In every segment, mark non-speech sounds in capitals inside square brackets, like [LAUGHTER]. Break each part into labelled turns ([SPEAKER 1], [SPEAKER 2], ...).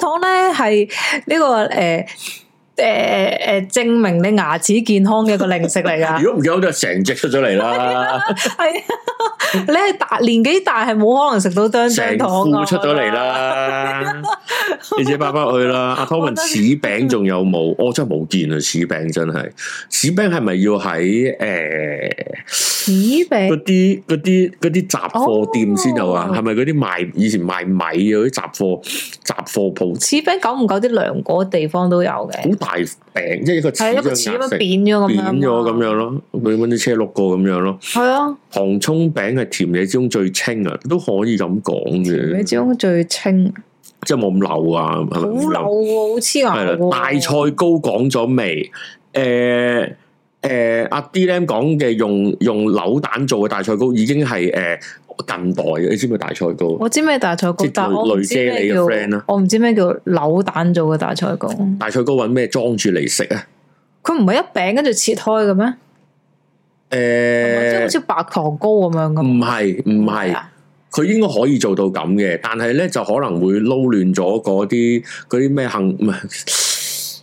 [SPEAKER 1] 糖咧係呢個誒誒誒證明你牙齒健康嘅一個零食
[SPEAKER 2] [LAUGHS]
[SPEAKER 1] 嚟㗎。
[SPEAKER 2] 如果唔夠就成隻出咗嚟啦，
[SPEAKER 1] 係啊，你係大年紀大係冇可能食到 [LAUGHS] 張張
[SPEAKER 2] 成
[SPEAKER 1] 糖啊
[SPEAKER 2] 副
[SPEAKER 1] 㗎
[SPEAKER 2] 出咗嚟。啦，你自己包包去啦。阿
[SPEAKER 1] [LAUGHS]
[SPEAKER 2] 湯
[SPEAKER 1] 我覺
[SPEAKER 2] 文
[SPEAKER 1] 得
[SPEAKER 2] 柿餅仲有冇？我真係冇見啊！柿餅真係，柿餅係咪要喺誒
[SPEAKER 1] 柿餅
[SPEAKER 2] 嗰啲嗰啲嗰啲雜貨店先有啊？
[SPEAKER 1] 哦
[SPEAKER 2] 係咪嗰啲賣以前賣米嗰啲雜貨雜貨鋪
[SPEAKER 1] 柿餅久唔久啲涼果地方都有嘅，
[SPEAKER 2] 好大餅，即係一個
[SPEAKER 1] 係一個柿咁
[SPEAKER 2] 咁樣
[SPEAKER 1] 樣
[SPEAKER 2] 壓成
[SPEAKER 1] 扁咗咁樣啊
[SPEAKER 2] 扁
[SPEAKER 1] 嘛，
[SPEAKER 2] 咗咁樣咯，佢搵啲車碌過咁樣咯。
[SPEAKER 1] 係啊，
[SPEAKER 2] 糖葱餅係甜嘢之中最清啊，都可以咁講
[SPEAKER 1] 你
[SPEAKER 2] 嘅，
[SPEAKER 1] 之中最清，
[SPEAKER 2] 即係冇咁流啊，係
[SPEAKER 1] 好
[SPEAKER 2] 咪
[SPEAKER 1] 流啊
[SPEAKER 2] 咁流？
[SPEAKER 1] 喎，好黐牙
[SPEAKER 2] 係啦
[SPEAKER 1] 喎。，
[SPEAKER 2] 大菜糕講咗未？誒誒，阿 D Lam 講嘅用用扭蛋做嘅大菜糕已經係誒近代嘅，你知唔知大菜糕？
[SPEAKER 1] 我知咩大菜糕
[SPEAKER 2] 即係，
[SPEAKER 1] 但我唔知
[SPEAKER 2] 類姐
[SPEAKER 1] 咩
[SPEAKER 2] 你嘅
[SPEAKER 1] 叫
[SPEAKER 2] friend 啊啦，
[SPEAKER 1] 我唔知咩叫扭蛋做嘅大菜糕。佢
[SPEAKER 2] 大菜糕揾咩裝住嚟食啊？
[SPEAKER 1] 唔係一餅跟住切開嘅咩？即係好
[SPEAKER 2] 誒，
[SPEAKER 1] 似白糖糕咁樣咁。
[SPEAKER 2] 唔係呃唔係。
[SPEAKER 1] 啊，
[SPEAKER 2] 佢應該可以做到咁嘅，但係咧就可能會撈亂咗嗰啲嗰啲咩杏唔係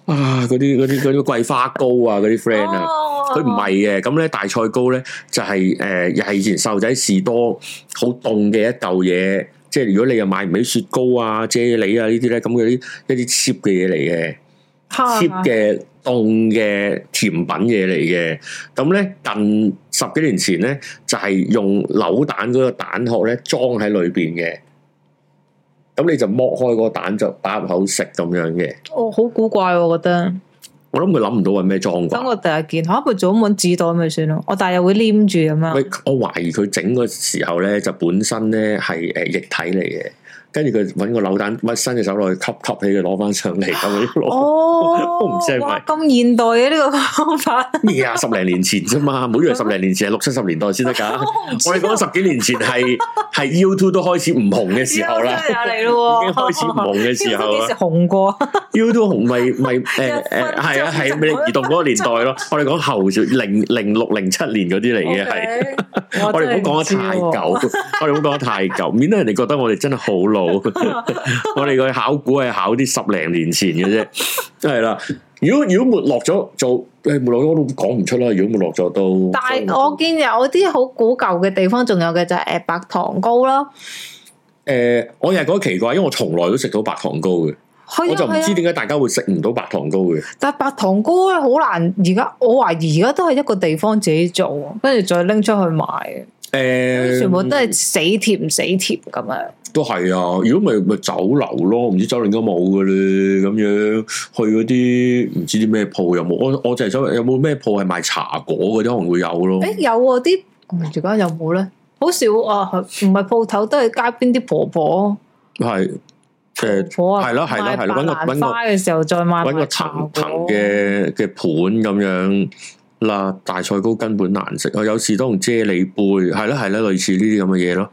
[SPEAKER 2] 啊嗰啲嗰啲嗰啲桂花糕啊嗰啲 friend 啊，
[SPEAKER 1] 哦
[SPEAKER 2] 佢唔係嘅，咁咧大菜糕咧就係誒又係以前細路仔士多好凍嘅一嚿嘢，即係如果你又買唔起雪糕啊、啫喱啊呢啲咧，咁嗰啲一啲 cheap 嘅嘢嚟嘅。
[SPEAKER 1] 嚇
[SPEAKER 2] cheap 嘅凍嘅甜品嘢嚟嘅，咁咧近十幾年前咧就係、用扭蛋嗰個蛋殼咧裝喺裏邊嘅，咁你就剝開個蛋就打入口食咁樣嘅。
[SPEAKER 1] 我哦好古怪喎，我覺得。
[SPEAKER 2] 我諗佢諗唔到係咩裝
[SPEAKER 1] 等
[SPEAKER 2] 啩？
[SPEAKER 1] 我第日見，嚇咪做咁揾紙袋咪算咯。 [LAUGHS] 我但係又會黏住咁
[SPEAKER 2] 喂
[SPEAKER 1] 樣。，
[SPEAKER 2] 我懷疑佢整嘅時候咧，就本身咧係呃誒液體嚟嘅，跟住佢揾個扭蛋屈伸隻手落去吸吸起佢攞翻上嚟咁樣攞。
[SPEAKER 1] 哦，
[SPEAKER 2] [LAUGHS] 我唔知係咪
[SPEAKER 1] 哇咁現代嘅呢個方法。
[SPEAKER 2] 咩啊？十零年前啫嘛，唔好以為十零年前係六七十年代先得㗎。
[SPEAKER 1] 哦我唔知啊
[SPEAKER 2] [LAUGHS] 我哋講十幾年前係係 YouTube 都開始唔紅嘅時候
[SPEAKER 1] [LAUGHS]
[SPEAKER 2] 啦，
[SPEAKER 1] 真係有嚟咯喎，
[SPEAKER 2] 已經開始唔紅嘅時候啊
[SPEAKER 1] 呢個都
[SPEAKER 2] 啦
[SPEAKER 1] [LAUGHS] 幾時紅過？
[SPEAKER 2] YouTube 紅咪咪
[SPEAKER 1] [LAUGHS]
[SPEAKER 2] 誒誒係啊係咪你移動嗰個年代咯？我哋講後零零六零七年嗰啲嚟
[SPEAKER 1] [LAUGHS]
[SPEAKER 2] 嘅係，啊
[SPEAKER 1] 係
[SPEAKER 2] [LAUGHS] 我哋唔好講得太舊，我哋唔好講得太舊，免得人哋覺得我哋真係
[SPEAKER 1] [LAUGHS]
[SPEAKER 2] 好老。我哋個考古係考啲十零年前嘅啫，係啦。如果如果沒落咗做誒沒落咗我都講唔出啦。如果沒落咗都，
[SPEAKER 1] 但係我見有啲好古舊嘅地方，仲有嘅就係誒白糖糕啦，
[SPEAKER 2] 誒我又係覺得奇怪，因為我從來都食到白糖糕嘅。
[SPEAKER 1] 係
[SPEAKER 2] 我
[SPEAKER 1] 啊
[SPEAKER 2] 就唔知
[SPEAKER 1] 係啊，
[SPEAKER 2] 點解大家會食唔到白糖糕嘅。
[SPEAKER 1] 但係白糖糕咧好難，而家我懷疑而家都係一個地方自己做，跟住再拎出去賣，
[SPEAKER 2] 誒
[SPEAKER 1] 全部都係死甜死甜咁樣。
[SPEAKER 2] 都係啊！如果咪咪酒樓咯，唔知酒樓應該冇嘅咧。咁樣去嗰啲唔知啲咩鋪有冇？我我就係想有冇咩鋪係賣茶果嗰啲可能會有咯。
[SPEAKER 1] 誒有喎啲，嗯而家有冇咧？好少啊，係唔係鋪頭都係街邊啲婆婆。
[SPEAKER 2] 係誒
[SPEAKER 1] 火啊，
[SPEAKER 2] 係咯係咯係咯搵個
[SPEAKER 1] 賣白蘭
[SPEAKER 2] 搵個
[SPEAKER 1] 花嘅時候再賣
[SPEAKER 2] 揾個
[SPEAKER 1] 白
[SPEAKER 2] 藤
[SPEAKER 1] 茶
[SPEAKER 2] 藤嘅嘅盤咁樣啦，大菜糕根本難食。我有時都用啫喱杯，係啦係啦，類似呢啲咁
[SPEAKER 1] [LAUGHS]
[SPEAKER 2] 嘅嘢咯，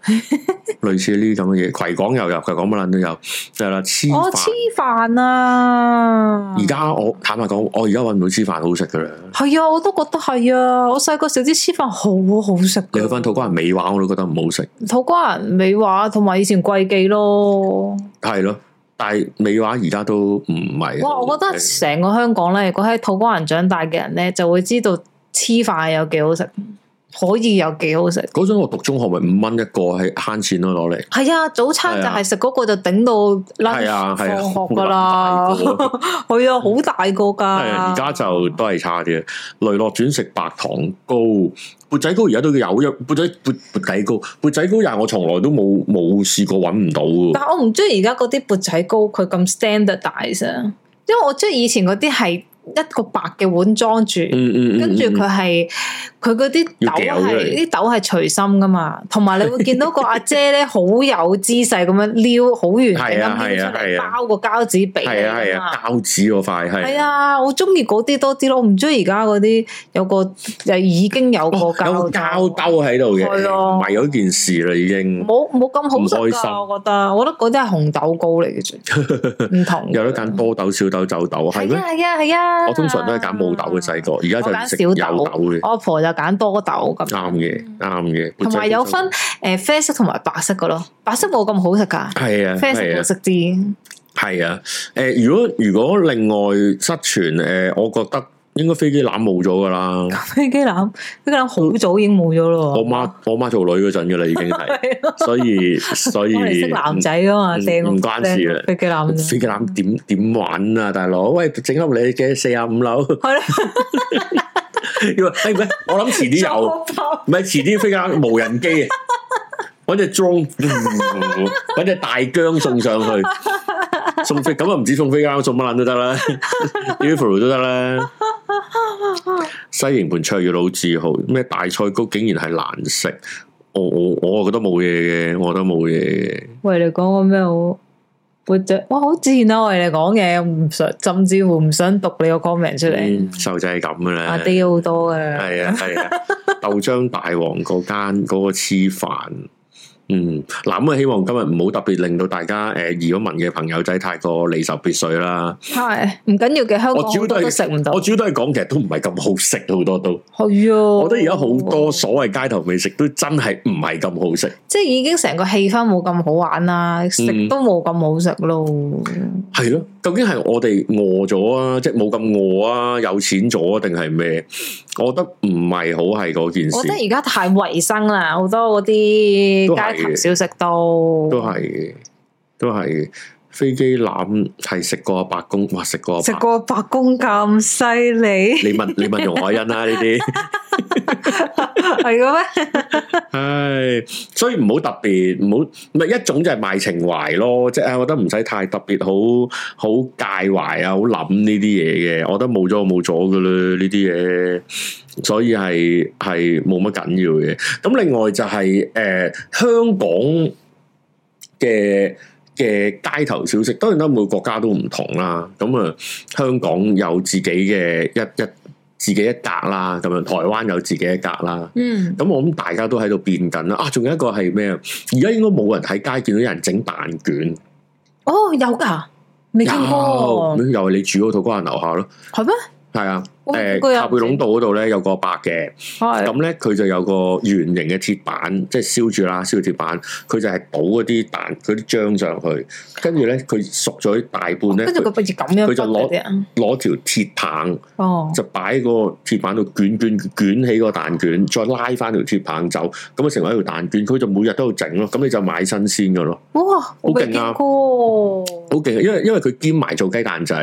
[SPEAKER 2] 類似呢啲咁嘅嘢。葵港又有，葵港乜撚都有，係啦，黐
[SPEAKER 1] 我
[SPEAKER 2] 飯
[SPEAKER 1] 哦黐。飯啊！
[SPEAKER 2] 而家我坦白講，我而家搵唔到黐飯好食噶啦。
[SPEAKER 1] 係啊，我都覺得係啊！我細個食啲黐飯好好食㗎。
[SPEAKER 2] 你去翻土瓜灣美華，我都覺得唔好食，
[SPEAKER 1] 土瓜人美華同埋以前貴記咯。
[SPEAKER 2] 係咯。但係美華而家都唔係。
[SPEAKER 1] 哇！我覺得成個香港咧，如果喺土瓜人長大嘅人咧，就會知道黐飯有幾好食，可以有幾好食。
[SPEAKER 2] 嗰陣我讀中學咪五蚊一個，係慳錢咯攞嚟。
[SPEAKER 1] 係啊，早餐
[SPEAKER 2] 係
[SPEAKER 1] 就
[SPEAKER 2] 啊
[SPEAKER 1] 係食嗰個就頂到 lunch
[SPEAKER 2] 係啊係啊，
[SPEAKER 1] 放學
[SPEAKER 2] 好
[SPEAKER 1] 噶啦，
[SPEAKER 2] 難大個
[SPEAKER 1] [LAUGHS] 係啊，好大個噶。
[SPEAKER 2] 係啊而家就都係差啲。雷洛轉食白糖糕，缽仔糕而家都有，有缽仔缽缽仔糕，缽仔糕又係我從來都冇冇試過揾唔到嘅。
[SPEAKER 1] 但我唔中意而家嗰啲缽仔糕，佢咁 standardize 啊，因為我中意以前嗰啲係一個白嘅碗裝住，
[SPEAKER 2] 嗯嗯嗯，
[SPEAKER 1] 跟住
[SPEAKER 2] 嗯
[SPEAKER 1] 佢係佢嗰啲豆
[SPEAKER 2] 要夾出嚟
[SPEAKER 1] 係啲豆係隨心噶嘛，同埋你會見到個阿姐咧好有姿勢咁樣撩，好完整
[SPEAKER 2] 係啊
[SPEAKER 1] 咁撩出嚟，
[SPEAKER 2] 係啊係啊
[SPEAKER 1] 包個膠紙俾
[SPEAKER 2] 係啊
[SPEAKER 1] 你
[SPEAKER 2] 係
[SPEAKER 1] 㗎
[SPEAKER 2] 啊，
[SPEAKER 1] 嘛。
[SPEAKER 2] 膠紙嗰塊係
[SPEAKER 1] 係。啊，我中意嗰啲多啲咯，我唔中意而家嗰啲有個又已經有個
[SPEAKER 2] 哦 [LAUGHS] 有個
[SPEAKER 1] 膠
[SPEAKER 2] 膠兜喺度嘅，
[SPEAKER 1] 係啊
[SPEAKER 2] 唔係嗰件事啦，已經
[SPEAKER 1] 冇冇咁好
[SPEAKER 2] 唔
[SPEAKER 1] 食
[SPEAKER 2] 開心
[SPEAKER 1] 噶，我覺得，我覺得嗰啲係紅豆糕嚟嘅啫，唔同嘅。
[SPEAKER 2] 有得揀多豆、少豆、就豆，係
[SPEAKER 1] 嗯係
[SPEAKER 2] 咩
[SPEAKER 1] 啊？係啊係啊！
[SPEAKER 2] 我通常都係揀冇豆嘅細個，而家就食有
[SPEAKER 1] 我
[SPEAKER 2] 豆
[SPEAKER 1] 揀小豆
[SPEAKER 2] 嘅，
[SPEAKER 1] 我阿婆就揀多豆咁。
[SPEAKER 2] 啱嘅，啱嘅。
[SPEAKER 1] 同埋有呃分誒啡色同埋白色嘅咯，白色冇咁好食噶，
[SPEAKER 2] 係啊，
[SPEAKER 1] 啡色
[SPEAKER 2] 係
[SPEAKER 1] 好
[SPEAKER 2] 啊，
[SPEAKER 1] 食啲。
[SPEAKER 2] 係啊，誒、如果如果另外失傳，誒、我覺得應該飛機攬冇咗噶啦。
[SPEAKER 1] 飛機欖，飛機欖好早已經冇咗咯喎。
[SPEAKER 2] 我媽我媽做女嗰陣噶啦，已經
[SPEAKER 1] [LAUGHS]
[SPEAKER 2] 係，
[SPEAKER 1] 係咯
[SPEAKER 2] 所以所
[SPEAKER 1] [LAUGHS]
[SPEAKER 2] 以
[SPEAKER 1] 我哋識男仔噶嘛，
[SPEAKER 2] 唔
[SPEAKER 1] 掟個
[SPEAKER 2] 唔關事
[SPEAKER 1] 掟
[SPEAKER 2] 啊
[SPEAKER 1] 個飛機欖啫。
[SPEAKER 2] 飛機攬點點玩啊，大佬？喂，整粒你嘅四啊五樓， [LAUGHS]
[SPEAKER 1] 係啦，
[SPEAKER 2] 因為誒唔係，我諗遲啲有，唔係遲啲飛機攬無人機啊，揾只 drone，揾隻大疆送上去，送飛咁啊，唔止送飛機攬，送乜撚都得啦，UFO 都得啦。西營盤卓越老字號咩大菜糕竟然係難食，我我我啊覺得冇嘢嘅，我覺得冇嘢嘅。
[SPEAKER 1] 喂，你講個咩好？活着哇，好自然啊！喂，你講嘢唔想，甚至乎唔想讀你個 comment 出嚟。
[SPEAKER 2] 嗯細路仔係咁嘅
[SPEAKER 1] 阿
[SPEAKER 2] 咧，
[SPEAKER 1] D 好多嘅，
[SPEAKER 2] 係啊
[SPEAKER 1] [LAUGHS]
[SPEAKER 2] 係啊，豆漿大王嗰間嗰個黐飯，嗯，嗱咁啊，希望今日唔好特別令到大家誒移咗民嘅朋友仔太過離愁別緒啦。
[SPEAKER 1] 係唔緊要嘅。香港
[SPEAKER 2] 我主要
[SPEAKER 1] 好
[SPEAKER 2] 都
[SPEAKER 1] 多
[SPEAKER 2] 係
[SPEAKER 1] 都食唔到
[SPEAKER 2] 我，主要都係講，其實都唔係咁好食，好多都，
[SPEAKER 1] 係啊！
[SPEAKER 2] 我覺得而家好多所謂街頭美食都真係唔係咁好食。
[SPEAKER 1] 即係已經成個氣氛冇咁好玩啦，食
[SPEAKER 2] 嗯
[SPEAKER 1] 都冇咁好食咯。
[SPEAKER 2] 係咯，究竟係我哋餓咗啊，即係冇咁餓啊，有錢咗啊定係咩？我覺得唔係好係嗰件
[SPEAKER 1] 我覺得
[SPEAKER 2] 事，
[SPEAKER 1] 而家太衞生啦，好多嗰啲
[SPEAKER 2] 都係
[SPEAKER 1] 街頭小食都
[SPEAKER 2] 都係嘅都係嘅飛機攬係食過阿白宮，哇食過阿
[SPEAKER 1] 食
[SPEAKER 2] 白，
[SPEAKER 1] 過白宮咁犀利， [LAUGHS]
[SPEAKER 2] 你問你問容海恩啦呢啲，
[SPEAKER 1] 係嘅咩？
[SPEAKER 2] 唉，所以唔好特別，唔好唔係一種就係賣情懷咯，即係我覺得唔使太特別，好好介懷啊，好諗呢啲嘢嘅，我覺得冇咗就冇咗噶啦呢啲嘢，所以係係冇乜緊要嘅。咁另外就係、誒、香港嘅。嘅街頭小食，當然啦，每個國家都唔同啦。咁啊，香港有自己嘅一一自己一格啦，咁樣台灣有自己一格啦。
[SPEAKER 1] 嗯，
[SPEAKER 2] 咁我諗大家都喺度變緊啦。啊，仲有一個係咩啊？而家應該冇人喺街見到有人整蛋卷，
[SPEAKER 1] 哦，有㗎，未見過
[SPEAKER 2] 有，，咪又係你住嗰套嗰人樓下咯。
[SPEAKER 1] 係咩？
[SPEAKER 2] 係啊，
[SPEAKER 1] 我
[SPEAKER 2] 誒
[SPEAKER 1] 見過有人
[SPEAKER 2] 塔貝壟道嗰度咧有個伯嘅，
[SPEAKER 1] 係
[SPEAKER 2] 咁咧佢就有個圓形嘅鐵板，即係燒住啦，燒鐵板，佢就係倒嗰啲蛋嗰啲漿上去，跟住咧佢熟咗大半咧，
[SPEAKER 1] 哦跟住佢不如咁樣
[SPEAKER 2] 佢就
[SPEAKER 1] 剝
[SPEAKER 2] 攞
[SPEAKER 1] 嗰啲啊
[SPEAKER 2] 攞條鐵棒
[SPEAKER 1] 哦，
[SPEAKER 2] 就擺個鐵板度捲捲捲起個蛋卷，再拉翻條鐵棒走，咁啊成為一條蛋卷，佢就每日都喺度整咯，咁你就買新鮮嘅咯。
[SPEAKER 1] 哇，我未
[SPEAKER 2] 勁啊
[SPEAKER 1] 見過
[SPEAKER 2] 好勁，因為因為佢兼埋做雞蛋仔，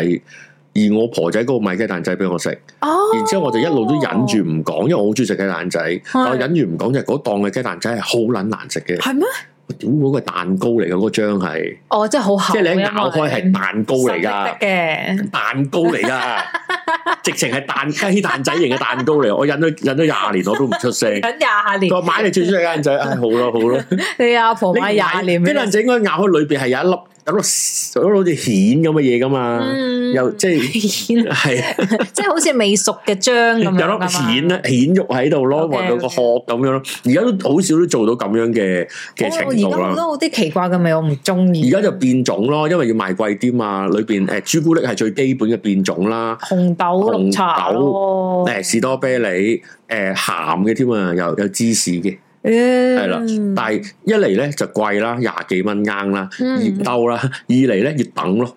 [SPEAKER 2] 而我婆仔嗰個買雞蛋仔俾我食，
[SPEAKER 1] 啊！
[SPEAKER 2] 然之後我就一路都忍住唔講，因為我好中意食雞蛋仔，但我忍住唔講就係嗰檔嘅雞蛋仔係好撚難食嘅，
[SPEAKER 1] 係咩？
[SPEAKER 2] 屌嗰個蛋糕嚟嘅嗰張係，
[SPEAKER 1] 哦，即係好厚，
[SPEAKER 2] 即係你一咬開係
[SPEAKER 1] 蛋
[SPEAKER 2] 蛋糕嚟㗎，
[SPEAKER 1] 嘅，
[SPEAKER 2] 蛋糕嚟
[SPEAKER 1] [LAUGHS]
[SPEAKER 2] 㗎，直情係蛋雞蛋仔型嘅蛋糕嚟，我忍咗忍咗廿年我都唔
[SPEAKER 1] [LAUGHS]
[SPEAKER 2] 出聲。
[SPEAKER 1] 等廿年
[SPEAKER 2] 佢，話買你最中意雞蛋仔，唉、好咯
[SPEAKER 1] [LAUGHS]
[SPEAKER 2] 好咯，
[SPEAKER 1] 你阿婆
[SPEAKER 2] 你
[SPEAKER 1] 買廿年
[SPEAKER 2] 雞
[SPEAKER 1] 俾
[SPEAKER 2] 蛋
[SPEAKER 1] 你，
[SPEAKER 2] 仔應該咬開裏邊係有一粒有一粒有一粒好似蜆咁嘅嘢㗎嘛。
[SPEAKER 1] 嗯
[SPEAKER 2] 又即係
[SPEAKER 1] [LAUGHS] 蜆
[SPEAKER 2] 係
[SPEAKER 1] 即係好似未熟嘅漿
[SPEAKER 2] 有
[SPEAKER 1] 咁樣
[SPEAKER 2] 粒
[SPEAKER 1] 㗎嘛
[SPEAKER 2] 蜆咧，蜆肉喺度咯，
[SPEAKER 1] 啊 OK，
[SPEAKER 2] 混到個
[SPEAKER 1] OK
[SPEAKER 2] 殼咁樣咯。而家都好少都做到咁樣嘅嘅程
[SPEAKER 1] 哦
[SPEAKER 2] 度
[SPEAKER 1] 而家好
[SPEAKER 2] 啦。
[SPEAKER 1] 多好啲奇怪嘅味，我唔中
[SPEAKER 2] 而
[SPEAKER 1] 意。
[SPEAKER 2] 家就變種咯，因為要賣貴啲嘛。裏邊誒朱古力係最基本嘅變種啦，
[SPEAKER 1] 紅豆綠茶咯，
[SPEAKER 2] 誒士多啤梨誒鹹嘅添啊，有有芝士嘅。
[SPEAKER 1] 嗯
[SPEAKER 2] 係
[SPEAKER 1] 係
[SPEAKER 2] 啦但係一嚟咧就貴啦，廿幾蚊啱啦，熱
[SPEAKER 1] 嗯，
[SPEAKER 2] 兜啦；二嚟咧要等咯。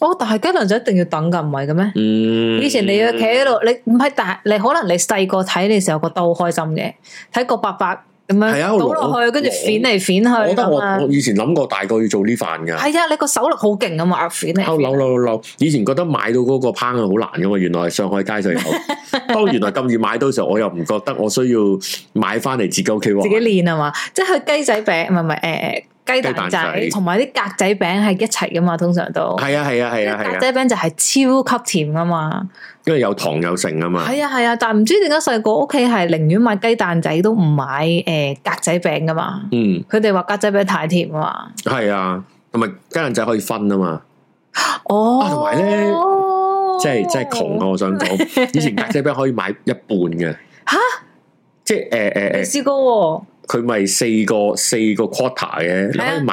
[SPEAKER 1] 哦，但係雞蛋仔一定要等㗎，唔係嘅咩？
[SPEAKER 2] 嗯，
[SPEAKER 1] 以前你要企喺度，你唔係，但係你可能你細個睇你時候覺得好開心嘅，睇個伯伯咁樣
[SPEAKER 2] 係啊
[SPEAKER 1] 倒
[SPEAKER 2] 我
[SPEAKER 1] 落去，跟住
[SPEAKER 2] 我
[SPEAKER 1] 揈嚟揈
[SPEAKER 2] 我
[SPEAKER 1] 去
[SPEAKER 2] 覺得我
[SPEAKER 1] 咁啊
[SPEAKER 2] 我。以前諗過大個要做呢飯㗎。
[SPEAKER 1] 係啊，你個手力好勁啊嘛，揈嚟
[SPEAKER 2] 嬲嬲嬲嬲！以前覺得買到嗰個烹係好難噶嘛，原來係上海
[SPEAKER 1] [LAUGHS]
[SPEAKER 2] 街就有。當原來咁易買到嘅時候，我又唔覺得我需要買翻嚟自己屋企
[SPEAKER 1] 自己
[SPEAKER 2] 喎。
[SPEAKER 1] 練啊嘛，即係佢雞仔餅，唔係唔係誒誒雞蛋
[SPEAKER 2] 雞蛋仔
[SPEAKER 1] 仔，同埋啲格仔餅係一齊噶嘛，通常都。
[SPEAKER 2] 係啊係啊係啊係
[SPEAKER 1] 格
[SPEAKER 2] 啊，
[SPEAKER 1] 仔餅就係超級甜噶嘛，
[SPEAKER 2] 因為有糖有剩啊嘛。
[SPEAKER 1] 係啊係啊，但係唔知點解細個屋企係寧願買雞蛋仔都唔買誒格仔餅噶嘛，
[SPEAKER 2] 嗯，
[SPEAKER 1] 佢哋話格仔餅太甜啊嘛。
[SPEAKER 2] 係啊，同埋雞蛋仔可以分啊嘛。
[SPEAKER 1] 哦
[SPEAKER 2] 啊，同埋咧即係即係窮啊！我想講，
[SPEAKER 1] [LAUGHS]
[SPEAKER 2] 以前格仔餅可以買一半嘅。
[SPEAKER 1] 吓？
[SPEAKER 2] 即係誒誒
[SPEAKER 1] 你
[SPEAKER 2] 誒，
[SPEAKER 1] 試過喎，
[SPEAKER 2] 佢咪四個四個 quarter 嘅，你
[SPEAKER 1] 係啊
[SPEAKER 2] 可以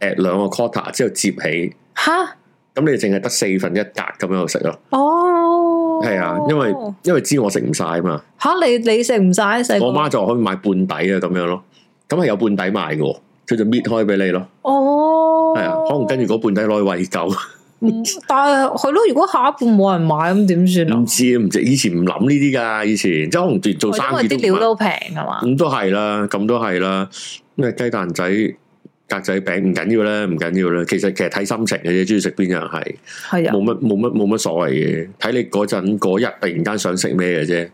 [SPEAKER 2] 買誒兩個 quarter 之後接起，咁
[SPEAKER 1] 吓？
[SPEAKER 2] 你淨係得四分一格咁樣去食咯。
[SPEAKER 1] 哦，
[SPEAKER 2] 係啊，因為因為知我食唔晒嘛，
[SPEAKER 1] 吓你你食唔晒細個
[SPEAKER 2] 我媽就可以買半底啊咁樣咯，咁係有半底賣嘅喎，佢就搣開俾你咯，
[SPEAKER 1] 哦，
[SPEAKER 2] 係啊，可能跟住嗰半低攞去喂狗， [LAUGHS]
[SPEAKER 1] 唔嗯
[SPEAKER 2] 嗯
[SPEAKER 1] 但係係咯，如果下一半冇人買咁點算啊
[SPEAKER 2] 唔？知唔知，以前唔諗呢啲㗎，以前即係可能嗯做做
[SPEAKER 1] 哦因
[SPEAKER 2] 生
[SPEAKER 1] 為
[SPEAKER 2] 意都
[SPEAKER 1] 啲
[SPEAKER 2] 唔
[SPEAKER 1] 料
[SPEAKER 2] 係
[SPEAKER 1] 都平係嘛？
[SPEAKER 2] 咁都係啦，咁都係啦。咩雞蛋仔、格仔餅唔緊要啦，唔緊要啦。其實其實睇心情嘅啫，中意食邊樣係
[SPEAKER 1] 係啊
[SPEAKER 2] 冇，乜冇乜冇乜所謂嘅。睇你嗰陣嗰日突然間想食咩嘅啫。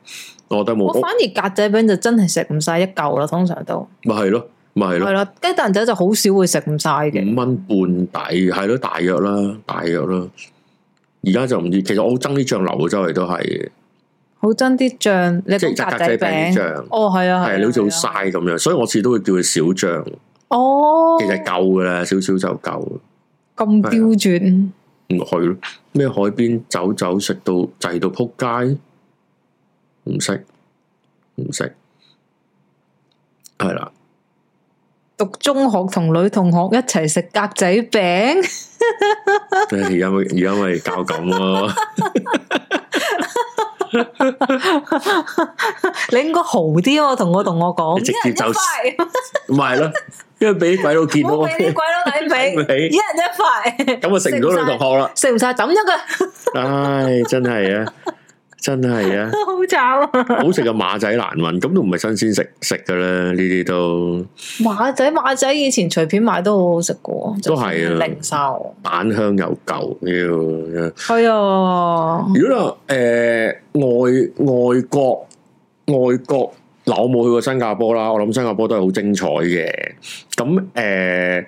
[SPEAKER 2] 我覺得冇哦
[SPEAKER 1] 我，反而格仔餅就真係食唔晒一嚿啦，通常都
[SPEAKER 2] 咪係咯，咪係
[SPEAKER 1] 係
[SPEAKER 2] 咯，嗯
[SPEAKER 1] 啦，雞蛋仔就好少會食唔晒嘅。
[SPEAKER 2] 五蚊半大係咯，大約啦，大約啦。而家就唔知，其實我好憎啲醬流嘅周圍都係嘅，
[SPEAKER 1] 好憎啲醬，你
[SPEAKER 2] 即係
[SPEAKER 1] 講
[SPEAKER 2] 格
[SPEAKER 1] 格
[SPEAKER 2] 仔
[SPEAKER 1] 仔
[SPEAKER 2] 餅
[SPEAKER 1] 餅，
[SPEAKER 2] 啲醬，
[SPEAKER 1] 哦係啊，
[SPEAKER 2] 係你好似好嘥咁樣，所以我次都會叫佢少醬，
[SPEAKER 1] 哦，
[SPEAKER 2] 其實夠噶啦，少少就夠。
[SPEAKER 1] 咁刁鑽，
[SPEAKER 2] 唔去咯。咩海邊走走食到滯到扑街，唔識唔識，係啦，
[SPEAKER 1] 讀中學同女同學一齊食格仔餅， [LAUGHS]
[SPEAKER 2] 唉而家咪而家咪教咁咯，
[SPEAKER 1] 你應該豪啲喎，同我同我講，
[SPEAKER 2] 你直接就
[SPEAKER 1] 一人一塊
[SPEAKER 2] 唔係咯，因為俾鬼佬 [LAUGHS] 見到
[SPEAKER 1] 唔好
[SPEAKER 2] 我，
[SPEAKER 1] 俾啲
[SPEAKER 2] 咁
[SPEAKER 1] 鬼佬睇俾，一人一塊，
[SPEAKER 2] 啊食唔到女同學啦，
[SPEAKER 1] 食唔晒抌咗佢， [LAUGHS]
[SPEAKER 2] 唉，真係啊，真係啊，
[SPEAKER 1] 好慘啊！
[SPEAKER 2] 好食嘅馬仔難揾，咁都唔係新鮮食食噶啦，呢啲都
[SPEAKER 1] 馬仔馬仔以前隨便買都好好食嘅喎，
[SPEAKER 2] 都係啊
[SPEAKER 1] 就算零售
[SPEAKER 2] 蛋香又夠，妖。
[SPEAKER 1] 係啊，
[SPEAKER 2] 如果啦，誒、外外國外國嗱，我冇去過新加坡啦，我諗新加坡都係好精彩嘅。咁誒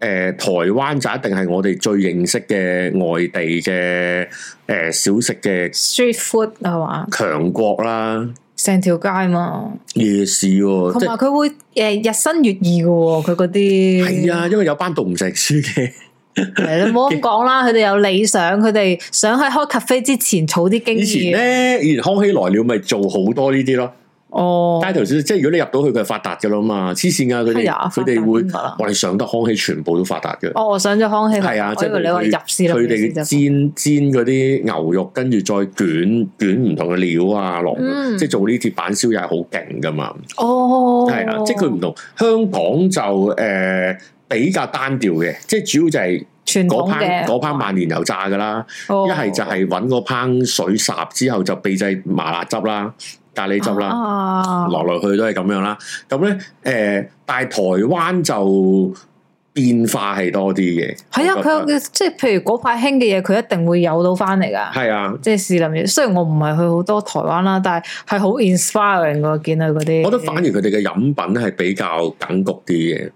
[SPEAKER 2] 誒，台灣就一定係我哋最認識嘅外地嘅誒、呃小食嘅
[SPEAKER 1] street food 係嘛，
[SPEAKER 2] 強國啦，
[SPEAKER 1] 成條街嘛，
[SPEAKER 2] 夜市喎、
[SPEAKER 1] 同
[SPEAKER 2] 哦即
[SPEAKER 1] 埋佢會誒日新月異嘅喎，佢嗰啲
[SPEAKER 2] 係啊，因為有班讀唔成書嘅，
[SPEAKER 1] 嗯係你唔好咁講啦，
[SPEAKER 2] [LAUGHS]
[SPEAKER 1] 佢哋有理想，佢哋想喺開 cafe 之前儲啲經
[SPEAKER 2] 以前
[SPEAKER 1] 驗。
[SPEAKER 2] 咧，以前康熙來了咪做好多呢啲咯。
[SPEAKER 1] 哦，
[SPEAKER 2] 街頭小即係如果你入到去，佢係發達噶啦嘛，黐線噶佢哋
[SPEAKER 1] 係啊
[SPEAKER 2] 佢哋會
[SPEAKER 1] 發達邊個啦
[SPEAKER 2] 我哋上得康熙全部都發達嘅。
[SPEAKER 1] 哦，我上咗康熙
[SPEAKER 2] 係啊，
[SPEAKER 1] 我
[SPEAKER 2] 即
[SPEAKER 1] 以
[SPEAKER 2] 係
[SPEAKER 1] 為你話入市啦，
[SPEAKER 2] 佢哋
[SPEAKER 1] 入市啫
[SPEAKER 2] 煎煎嗰啲牛肉，跟住再捲捲唔同嘅料啊落去，
[SPEAKER 1] 嗯
[SPEAKER 2] 即係做呢鐵板燒又係好勁噶嘛。
[SPEAKER 1] 哦，
[SPEAKER 2] 係啊，即係佢唔同香港就誒、呃比較單調嘅，即係主要就係
[SPEAKER 1] 傳
[SPEAKER 2] 嗰
[SPEAKER 1] 統
[SPEAKER 2] 烹
[SPEAKER 1] 嘅，
[SPEAKER 2] 嗰烹萬年油炸噶啦，
[SPEAKER 1] 哦
[SPEAKER 2] 一係就係揾個烹水霎之後就秘製麻辣汁啦、咖喱汁啦。
[SPEAKER 1] 啊
[SPEAKER 2] 來來去去都係咁樣啦。咁咧，誒、但係台灣就變化係多啲嘅。
[SPEAKER 1] 係啊，
[SPEAKER 2] 我覺得
[SPEAKER 1] 佢有即係譬如嗰排興嘅嘢，佢一定會有到翻嚟噶。
[SPEAKER 2] 係啊，
[SPEAKER 1] 即係士林夜，雖然我唔係去好多台灣啦，但係係好 inspiring 㗎，見到佢嗰啲。
[SPEAKER 2] 我覺得反而佢哋嘅飲品係比較緊焗啲嘅，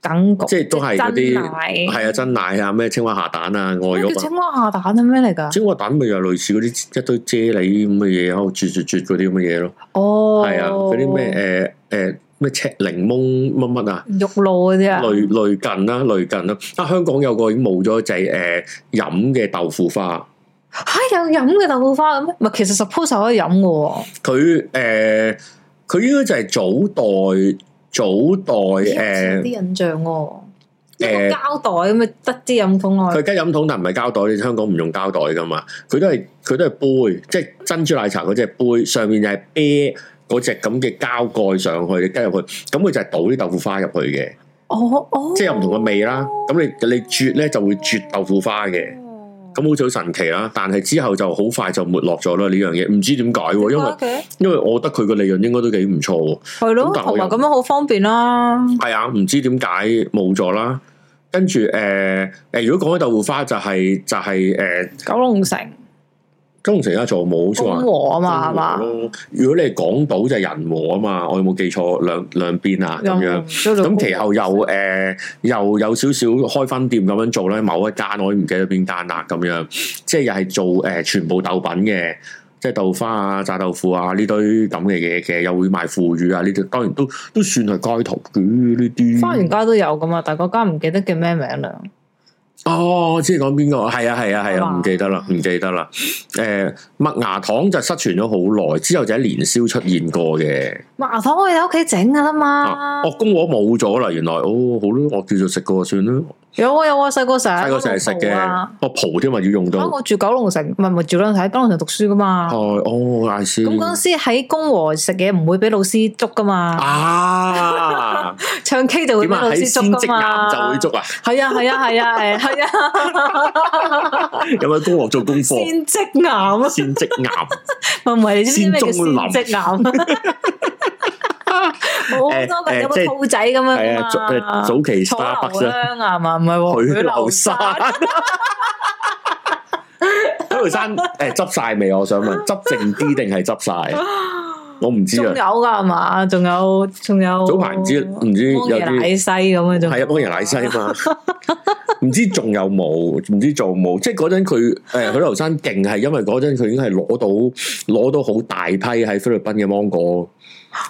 [SPEAKER 1] 感覺
[SPEAKER 2] 即係都係嗰
[SPEAKER 1] 真
[SPEAKER 2] 啲
[SPEAKER 1] 奶
[SPEAKER 2] 係啊，真奶啊，咩青蛙下蛋啊，
[SPEAKER 1] 嗯
[SPEAKER 2] 外
[SPEAKER 1] 哦咩叫
[SPEAKER 2] 肉啊。
[SPEAKER 1] 青蛙下蛋係咩嚟㗎？
[SPEAKER 2] 青蛙蛋咪又類似嗰啲一堆啫喱咁嘅嘢，喺度啜啜啜嗰啲咁嘅嘢咯，
[SPEAKER 1] 哦，
[SPEAKER 2] 係啊，嗰啲咩誒誒咩赤檸檬乜乜啊，
[SPEAKER 1] 肉露嗰啲啊？
[SPEAKER 2] 類類近啦，類近啦。啊，香港有個已經冇咗就係誒飲嘅豆腐花。
[SPEAKER 1] 吓有飲嘅豆腐花嘅咩？唔係，其實 suppose 係可以飲嘅喎。
[SPEAKER 2] 佢誒佢應該就係早代早呃
[SPEAKER 1] 咦
[SPEAKER 2] 代
[SPEAKER 1] 我少
[SPEAKER 2] 誒
[SPEAKER 1] 啲印象喎，一
[SPEAKER 2] 誒
[SPEAKER 1] 個膠袋咁啊，得啲飲筒
[SPEAKER 2] 佢
[SPEAKER 1] 外。
[SPEAKER 2] 而家飲筒，但唔係膠袋，你香港唔用膠袋噶嘛？佢都係佢都係杯，即係珍珠奶茶嗰只杯，上面就係啤嗰只咁嘅膠蓋上去，你加入去，咁佢就係倒啲豆腐花入去嘅，
[SPEAKER 1] 哦哦，
[SPEAKER 2] 即係有唔同嘅味啦。咁你你啜咧就會啜豆腐花嘅。
[SPEAKER 1] 哦。
[SPEAKER 2] 咁好似好神奇啦，但係之後就好快就沒落咗啦呢樣嘢，唔知點解喎，因為
[SPEAKER 1] 為
[SPEAKER 2] 因為我覺得佢個利潤應該都幾唔錯喎。
[SPEAKER 1] 係
[SPEAKER 2] 咁
[SPEAKER 1] 咯，
[SPEAKER 2] 但係我
[SPEAKER 1] 同埋
[SPEAKER 2] 又
[SPEAKER 1] 咁樣好方便啦。
[SPEAKER 2] 係啊，唔知點解冇咗啦。跟住誒誒，如果講起豆腐花就係、就係、誒，
[SPEAKER 1] 九龍城
[SPEAKER 2] 九龍城而家仲有冇好似
[SPEAKER 1] 中
[SPEAKER 2] 話
[SPEAKER 1] 和啊嘛，係嘛
[SPEAKER 2] 中？和咯如果你係港島就係仁和啊嘛，我有冇記錯兩兩邊啊咁樣？咁其後又誒、又有少少開分店咁樣做咧，某一間我已經唔記得邊間啦咁樣，即係又係做誒、全部豆品嘅，即係豆花啊、炸豆腐啊呢堆咁嘅嘢嘅，又會賣腐乳啊呢啲，當然都都算係街頭嘅呢啲。
[SPEAKER 1] 花園街都有噶嘛，但係嗰間唔記得叫咩名啦。
[SPEAKER 2] 哦，我知你講邊個？係啊，係啊，係
[SPEAKER 1] 係
[SPEAKER 2] 啊，
[SPEAKER 1] 嘛
[SPEAKER 2] 唔記得啦，唔記得啦。誒、麥芽糖就失傳咗好耐，之後就喺年宵出現過嘅。
[SPEAKER 1] 麻糖我哋喺屋企整噶啦
[SPEAKER 2] 啊，
[SPEAKER 1] 嘛
[SPEAKER 2] 哦，，公我冇咗啦，原來哦，好啦，我叫做食過算啦。
[SPEAKER 1] 有啊有啊，細個啊成日
[SPEAKER 2] 細個成日食
[SPEAKER 1] 喺
[SPEAKER 2] 嘅
[SPEAKER 1] 老，
[SPEAKER 2] 哦，蒲添嘛要用到。
[SPEAKER 1] 婆啊
[SPEAKER 2] 哦，
[SPEAKER 1] 我住九龍城，唔係唔係住兩喺九龍城讀書噶嘛。
[SPEAKER 2] 哦，I see
[SPEAKER 1] [LAUGHS] 咁嗰陣時喺公和食嘢唔會俾老師捉噶嘛，
[SPEAKER 2] 啊，
[SPEAKER 1] 唱唱 K 就會
[SPEAKER 2] 點
[SPEAKER 1] 俾
[SPEAKER 2] 啊？
[SPEAKER 1] 老
[SPEAKER 2] 喺
[SPEAKER 1] 師捉
[SPEAKER 2] 先職
[SPEAKER 1] 㗎嘛，
[SPEAKER 2] 岩就
[SPEAKER 1] [LAUGHS]
[SPEAKER 2] 會捉啊！
[SPEAKER 1] 係啊係啊係啊係係
[SPEAKER 2] [LAUGHS]
[SPEAKER 1] 啊，
[SPEAKER 2] 有冇喺中學做功課？
[SPEAKER 1] 先職癌啊！
[SPEAKER 2] 先職岩。
[SPEAKER 1] 唔係，你知唔知咩叫
[SPEAKER 2] 先中林
[SPEAKER 1] 先職癌？
[SPEAKER 2] [LAUGHS]
[SPEAKER 1] 冇好多個
[SPEAKER 2] 誒誒
[SPEAKER 1] 有
[SPEAKER 2] 即
[SPEAKER 1] 個
[SPEAKER 2] 係
[SPEAKER 1] 兔仔咁樣㗎
[SPEAKER 2] 係啊，早
[SPEAKER 1] 嘛
[SPEAKER 2] 誒早期
[SPEAKER 1] 楚
[SPEAKER 2] Starbucks
[SPEAKER 1] 留
[SPEAKER 2] 啊，
[SPEAKER 1] 香啊嘛，唔係
[SPEAKER 2] 許
[SPEAKER 1] 喎，
[SPEAKER 2] 留
[SPEAKER 1] 山
[SPEAKER 2] 山， [LAUGHS] 許留山誒執晒未？我想問，執剩啲定係執晒？我唔知
[SPEAKER 1] [LAUGHS] 仲有
[SPEAKER 2] 啊，
[SPEAKER 1] 㗎係嘛？仲有仲有
[SPEAKER 2] 早排唔知唔知有
[SPEAKER 1] 安爺
[SPEAKER 2] 啲
[SPEAKER 1] 奶西咁啊，仲
[SPEAKER 2] 係啊，幫人奶西啊 [LAUGHS] 嘛，唔知仲有冇？唔知做冇？即係嗰陣佢誒許留山勁係因為嗰陣佢已經係攞到攞到好大批喺菲律賓嘅芒果，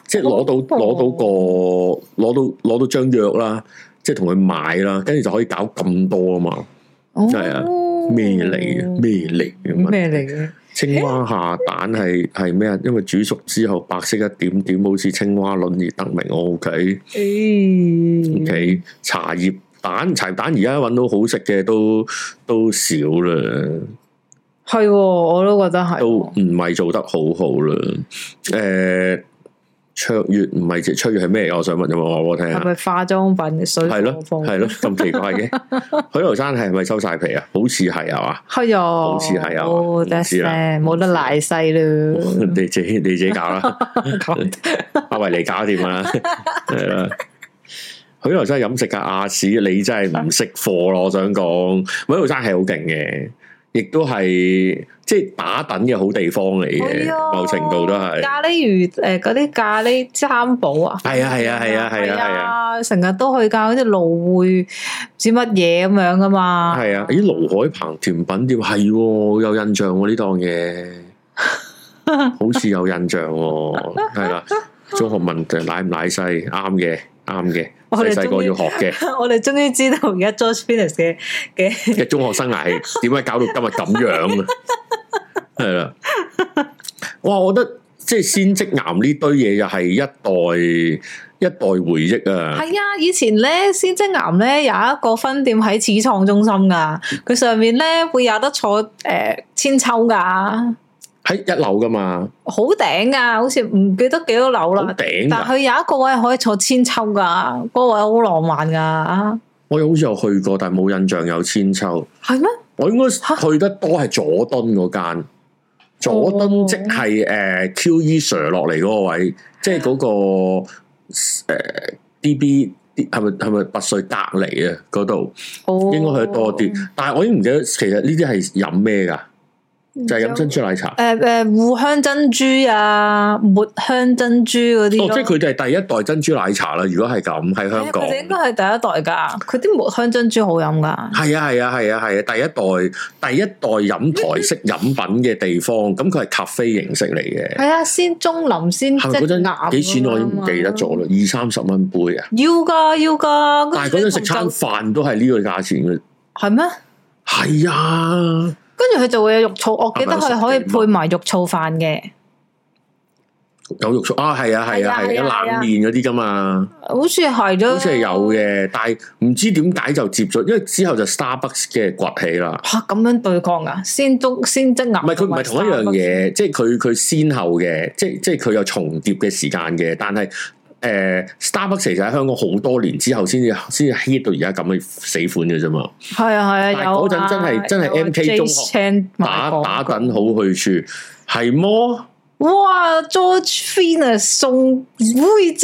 [SPEAKER 2] 即係攞到
[SPEAKER 1] 哦
[SPEAKER 2] 攞到個攞到攞到張約啦，即係同佢買啦，跟住就可以搞咁多啊嘛。係啊咩嚟嘅？咩嚟嘅？啊
[SPEAKER 1] 嘅？咩嚟嘅？
[SPEAKER 2] 青蛙下蛋係係咩啊？因為煮熟之後白色一點點，好似青蛙卵而得名。我 OK
[SPEAKER 1] 誒
[SPEAKER 2] OK，茶葉蛋茶葉蛋而家揾到好食嘅都都少啦，
[SPEAKER 1] 係喎，我都覺得係喎。
[SPEAKER 2] 都唔係做得好好啦。誒、卓越唔係即卓越係咩嚟㗎？我想問有冇話我聽
[SPEAKER 1] 係
[SPEAKER 2] 下。
[SPEAKER 1] 咪化妝品嘅水
[SPEAKER 2] 係咯
[SPEAKER 1] 貨，風？
[SPEAKER 2] 係咯，咁奇怪
[SPEAKER 1] [LAUGHS]
[SPEAKER 2] 嘅。許留山係咪收晒皮啊？好似係啊嘛。
[SPEAKER 1] 係啊，好
[SPEAKER 2] 似係啊唔
[SPEAKER 1] 得
[SPEAKER 2] 知啦
[SPEAKER 1] 冇得賴西啦。
[SPEAKER 2] [LAUGHS] 你自己你自己搞
[SPEAKER 1] [LAUGHS]
[SPEAKER 2] 啦， [LAUGHS] 阿維你搞掂啦，係啦。許留山飲食嘅亞視，你真係唔識貨咯！我想講，許留山係好勁嘅，亦都係即係打等嘅好地方嚟嘅，
[SPEAKER 1] 係啊
[SPEAKER 2] 某程度都係。
[SPEAKER 1] 咖喱魚誒，嗰啲咖喱三寶啊，
[SPEAKER 2] 係啊係啊係啊係啊係啊
[SPEAKER 1] 啊，成日都去噶，好似蘆薈唔知乜嘢咁樣噶嘛，
[SPEAKER 2] 係啊！咦，盧海鵬甜品店係喎，有印象喎呢
[SPEAKER 1] [LAUGHS]
[SPEAKER 2] 檔嘢，好似有印象喎，係啦。中學問就奶唔奶西，啱嘅啱嘅，
[SPEAKER 1] 我哋
[SPEAKER 2] 細細個
[SPEAKER 1] 終於
[SPEAKER 2] 要學
[SPEAKER 1] [LAUGHS]
[SPEAKER 2] 嘅。
[SPEAKER 1] 我哋終於知道而家 George Finnis 嘅
[SPEAKER 2] [LAUGHS]
[SPEAKER 1] 嘅 [LAUGHS]
[SPEAKER 2] 嘅中學生涯點解搞到今日咁樣啊？係啦，哇！我覺得即係先職癌呢堆嘢又係一代一代回憶啊！
[SPEAKER 1] 係啊！以前咧，先精岩咧有一個分店喺始創中心噶，佢上面咧會有得坐誒、呃千秋噶，
[SPEAKER 2] 喺一樓噶嘛，
[SPEAKER 1] 好頂噶，好似唔記得幾多樓
[SPEAKER 2] 好
[SPEAKER 1] 啦。
[SPEAKER 2] 頂
[SPEAKER 1] 但
[SPEAKER 2] 㗎！
[SPEAKER 1] 佢有一個位可以坐千秋噶，嗰、個位好浪漫噶，
[SPEAKER 2] 我好似有去過，但係冇印象有千秋。
[SPEAKER 1] 係咩？
[SPEAKER 2] 我應該
[SPEAKER 1] 嚇
[SPEAKER 2] 去得多係佐敦嗰間，佐
[SPEAKER 1] 哦
[SPEAKER 2] 敦即係誒 QE Sir 落嚟嗰個位，即係嗰、個誒、DB 係咪係咪拔萃隔離啊嗰度？
[SPEAKER 1] 哦
[SPEAKER 2] 應該去得多啲。但係我已經唔記得，其實呢啲係飲咩㗎？
[SPEAKER 1] 啊
[SPEAKER 2] 就係飲珍珠奶茶。
[SPEAKER 1] 誒誒，互香珍珠啊，抹香珍珠嗰啲
[SPEAKER 2] 哦，
[SPEAKER 1] 咯
[SPEAKER 2] 即係佢哋係第一代珍珠奶茶啦。如果係咁，喺香港
[SPEAKER 1] 哦佢哋應該係第一代噶，佢啲抹香珍珠好飲噶。
[SPEAKER 2] 係啊係啊係啊係啊，第一代第一代飲台式飲品嘅地方，咁佢係咖啡形式嚟嘅。
[SPEAKER 1] 係啊，先中林先即
[SPEAKER 2] 係咪嗰陣
[SPEAKER 1] 係
[SPEAKER 2] 幾錢我已經唔記得咗啦，二三十蚊杯啊！
[SPEAKER 1] 要噶要噶，
[SPEAKER 2] 但係嗰陣食餐飯都係呢個價錢嘅，
[SPEAKER 1] 係咩？
[SPEAKER 2] 係啊，
[SPEAKER 1] 跟住佢就會有肉燥，我記得
[SPEAKER 2] 係咪
[SPEAKER 1] 佢可以配埋肉燥飯嘅，
[SPEAKER 2] 有肉燥啊，係啊係啊係啊，啊有
[SPEAKER 1] 係啊係啊
[SPEAKER 2] 冷麵嗰啲㗎嘛。
[SPEAKER 1] 好似係咯，
[SPEAKER 2] 好似係有嘅，但係唔知點解就接咗，因為之後就 Starbucks 嘅崛起啦。
[SPEAKER 1] 吓咁樣對抗噶，先中先即鴨
[SPEAKER 2] 唔係佢唔係同一樣
[SPEAKER 1] 同埋三
[SPEAKER 2] 嘢，即係佢佢先後嘅，即係即係佢有重疊嘅時間嘅，但係。誒、Starbucks 其實喺香港好多年之後先至先至 hit 到而家咁嘅死款嘅啫嘛，
[SPEAKER 1] 不係啊係啊，
[SPEAKER 2] 但係
[SPEAKER 1] 有
[SPEAKER 2] 嗰陣真係真係 MK 中學打打等
[SPEAKER 1] 緊，
[SPEAKER 2] 好去處係
[SPEAKER 1] 哦
[SPEAKER 2] 麼？
[SPEAKER 1] 哇！George Finnis 送杯席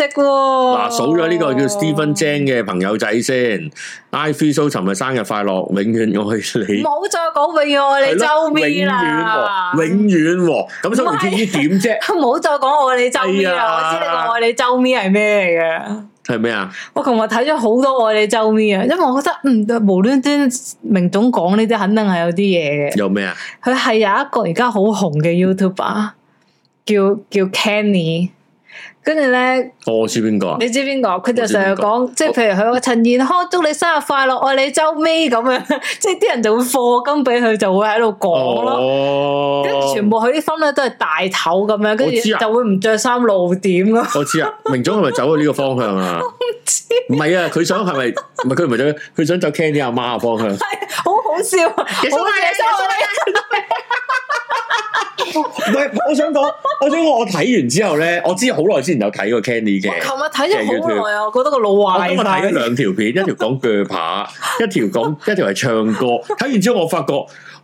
[SPEAKER 1] 喎，
[SPEAKER 2] 嗱，數咗呢個叫 Stephen Jang 嘅朋友仔先 i f e e So 尋日生日快樂，永遠愛你
[SPEAKER 1] 唔。好再講永遠愛你周邊啊啦，
[SPEAKER 2] 永遠喎、咁所以唔知呢點啫，
[SPEAKER 1] 唔好再講我愛你周咪
[SPEAKER 2] 係
[SPEAKER 1] 啦！
[SPEAKER 2] 啊
[SPEAKER 1] 我知你個愛你周咪係咩嚟嘅。
[SPEAKER 2] 係咩啊？
[SPEAKER 1] 我琴日睇咗好多愛你周咪啊，因為我覺得嗯無端端明總講呢啲肯定係有啲嘢嘅。
[SPEAKER 2] 有咩啊？
[SPEAKER 1] 佢係有一個而家好紅嘅 YouTuber 叫叫 Kenny，跟住咧
[SPEAKER 2] 哦我知邊個啊？
[SPEAKER 1] 你知邊個？佢就
[SPEAKER 2] 我知
[SPEAKER 1] 成日
[SPEAKER 2] 邊個
[SPEAKER 1] 講，即係譬如佢話陳健康祝你生日快樂，愛你周咪咁樣， [LAUGHS] 即係啲人就會課金俾佢，就會喺度講咯。
[SPEAKER 2] 哦，
[SPEAKER 1] 跟住全部佢啲分咧都係大頭咁樣，跟
[SPEAKER 2] 我知
[SPEAKER 1] 住
[SPEAKER 2] 啊
[SPEAKER 1] 就會唔着衫露點咁。 [LAUGHS]
[SPEAKER 2] 我知啊，明總係咪走咗呢個方向啊？唔係啊，佢想係咪？唔係佢唔係走，佢想走 Candy 阿媽嘅方向。
[SPEAKER 1] 好好笑啊，好
[SPEAKER 2] 耶
[SPEAKER 1] 嘢
[SPEAKER 2] 穌啊
[SPEAKER 1] 收你。
[SPEAKER 2] 唔係，我想講，我想講，我睇完之後咧，我知好耐之前有睇過 Candy
[SPEAKER 1] 我
[SPEAKER 2] 嘅，
[SPEAKER 1] 琴日睇咗好耐啊，我覺得個腦
[SPEAKER 2] 我
[SPEAKER 1] 壞
[SPEAKER 2] 今日睇咗
[SPEAKER 1] 晒。
[SPEAKER 2] 兩條片，一條講鋸扒，一條講一條係唱
[SPEAKER 1] [LAUGHS]
[SPEAKER 2] 歌。睇完之後我發覺，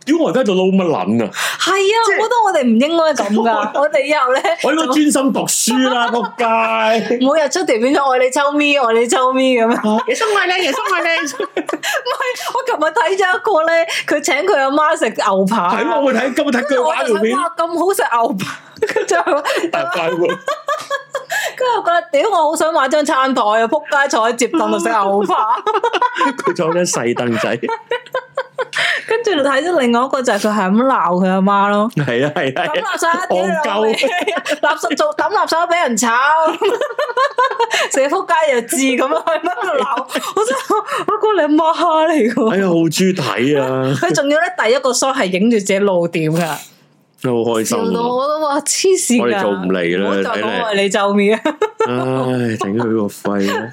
[SPEAKER 2] 屌我而家喺度撈乜撚啊！
[SPEAKER 1] 係啊，
[SPEAKER 2] 即
[SPEAKER 1] 我
[SPEAKER 2] 係
[SPEAKER 1] 覺得我哋唔應該咁
[SPEAKER 2] [LAUGHS]
[SPEAKER 1] 噶，我哋以後咧
[SPEAKER 2] 我應該專心讀書
[SPEAKER 1] [LAUGHS]
[SPEAKER 2] 啦，仆街！
[SPEAKER 1] 每日出條片咗愛你周咪，愛你周咪咁樣。
[SPEAKER 2] 耶穌愛你，耶穌愛你。
[SPEAKER 1] 我琴日睇咗一個咧，佢請佢阿媽食牛排。
[SPEAKER 2] 係咯，我會睇今日睇
[SPEAKER 1] 跟住
[SPEAKER 2] 鋸
[SPEAKER 1] 我
[SPEAKER 2] 扒
[SPEAKER 1] 就
[SPEAKER 2] 條
[SPEAKER 1] 想 [LAUGHS]
[SPEAKER 2] 片，
[SPEAKER 1] 哇咁好食牛 [LAUGHS] 排，跟住我
[SPEAKER 2] 大快活。
[SPEAKER 1] 跟住我覺得屌，我好想買張餐台啊！仆街坐喺接凳度食牛扒。
[SPEAKER 2] 佢坐張細凳仔，
[SPEAKER 1] 跟住睇咗另外一個就係佢係咁鬧佢阿媽咯，
[SPEAKER 2] 係啊係啊
[SPEAKER 1] 抌
[SPEAKER 2] 係啊，
[SPEAKER 1] 垃圾，屌你老味 [LAUGHS]
[SPEAKER 2] 戇鳩
[SPEAKER 1] 垃圾做抌垃圾都俾人炒， [LAUGHS] 社福街又知咁樣喺度鬧，我真係我估你阿媽蝦嚟
[SPEAKER 2] 哎
[SPEAKER 1] 㗎。
[SPEAKER 2] 呀好豬睇啊，
[SPEAKER 1] [LAUGHS] 佢仲要咧第一個 shot 係影住自己露點㗎，
[SPEAKER 2] 好開心
[SPEAKER 1] 笑到
[SPEAKER 2] 啊！
[SPEAKER 1] 我都話黐線㗎。
[SPEAKER 2] 我哋做唔嚟啦
[SPEAKER 1] 唔好再
[SPEAKER 2] 睇嚟
[SPEAKER 1] 講愛你咒面啊！
[SPEAKER 2] 唉，整佢個肺啊！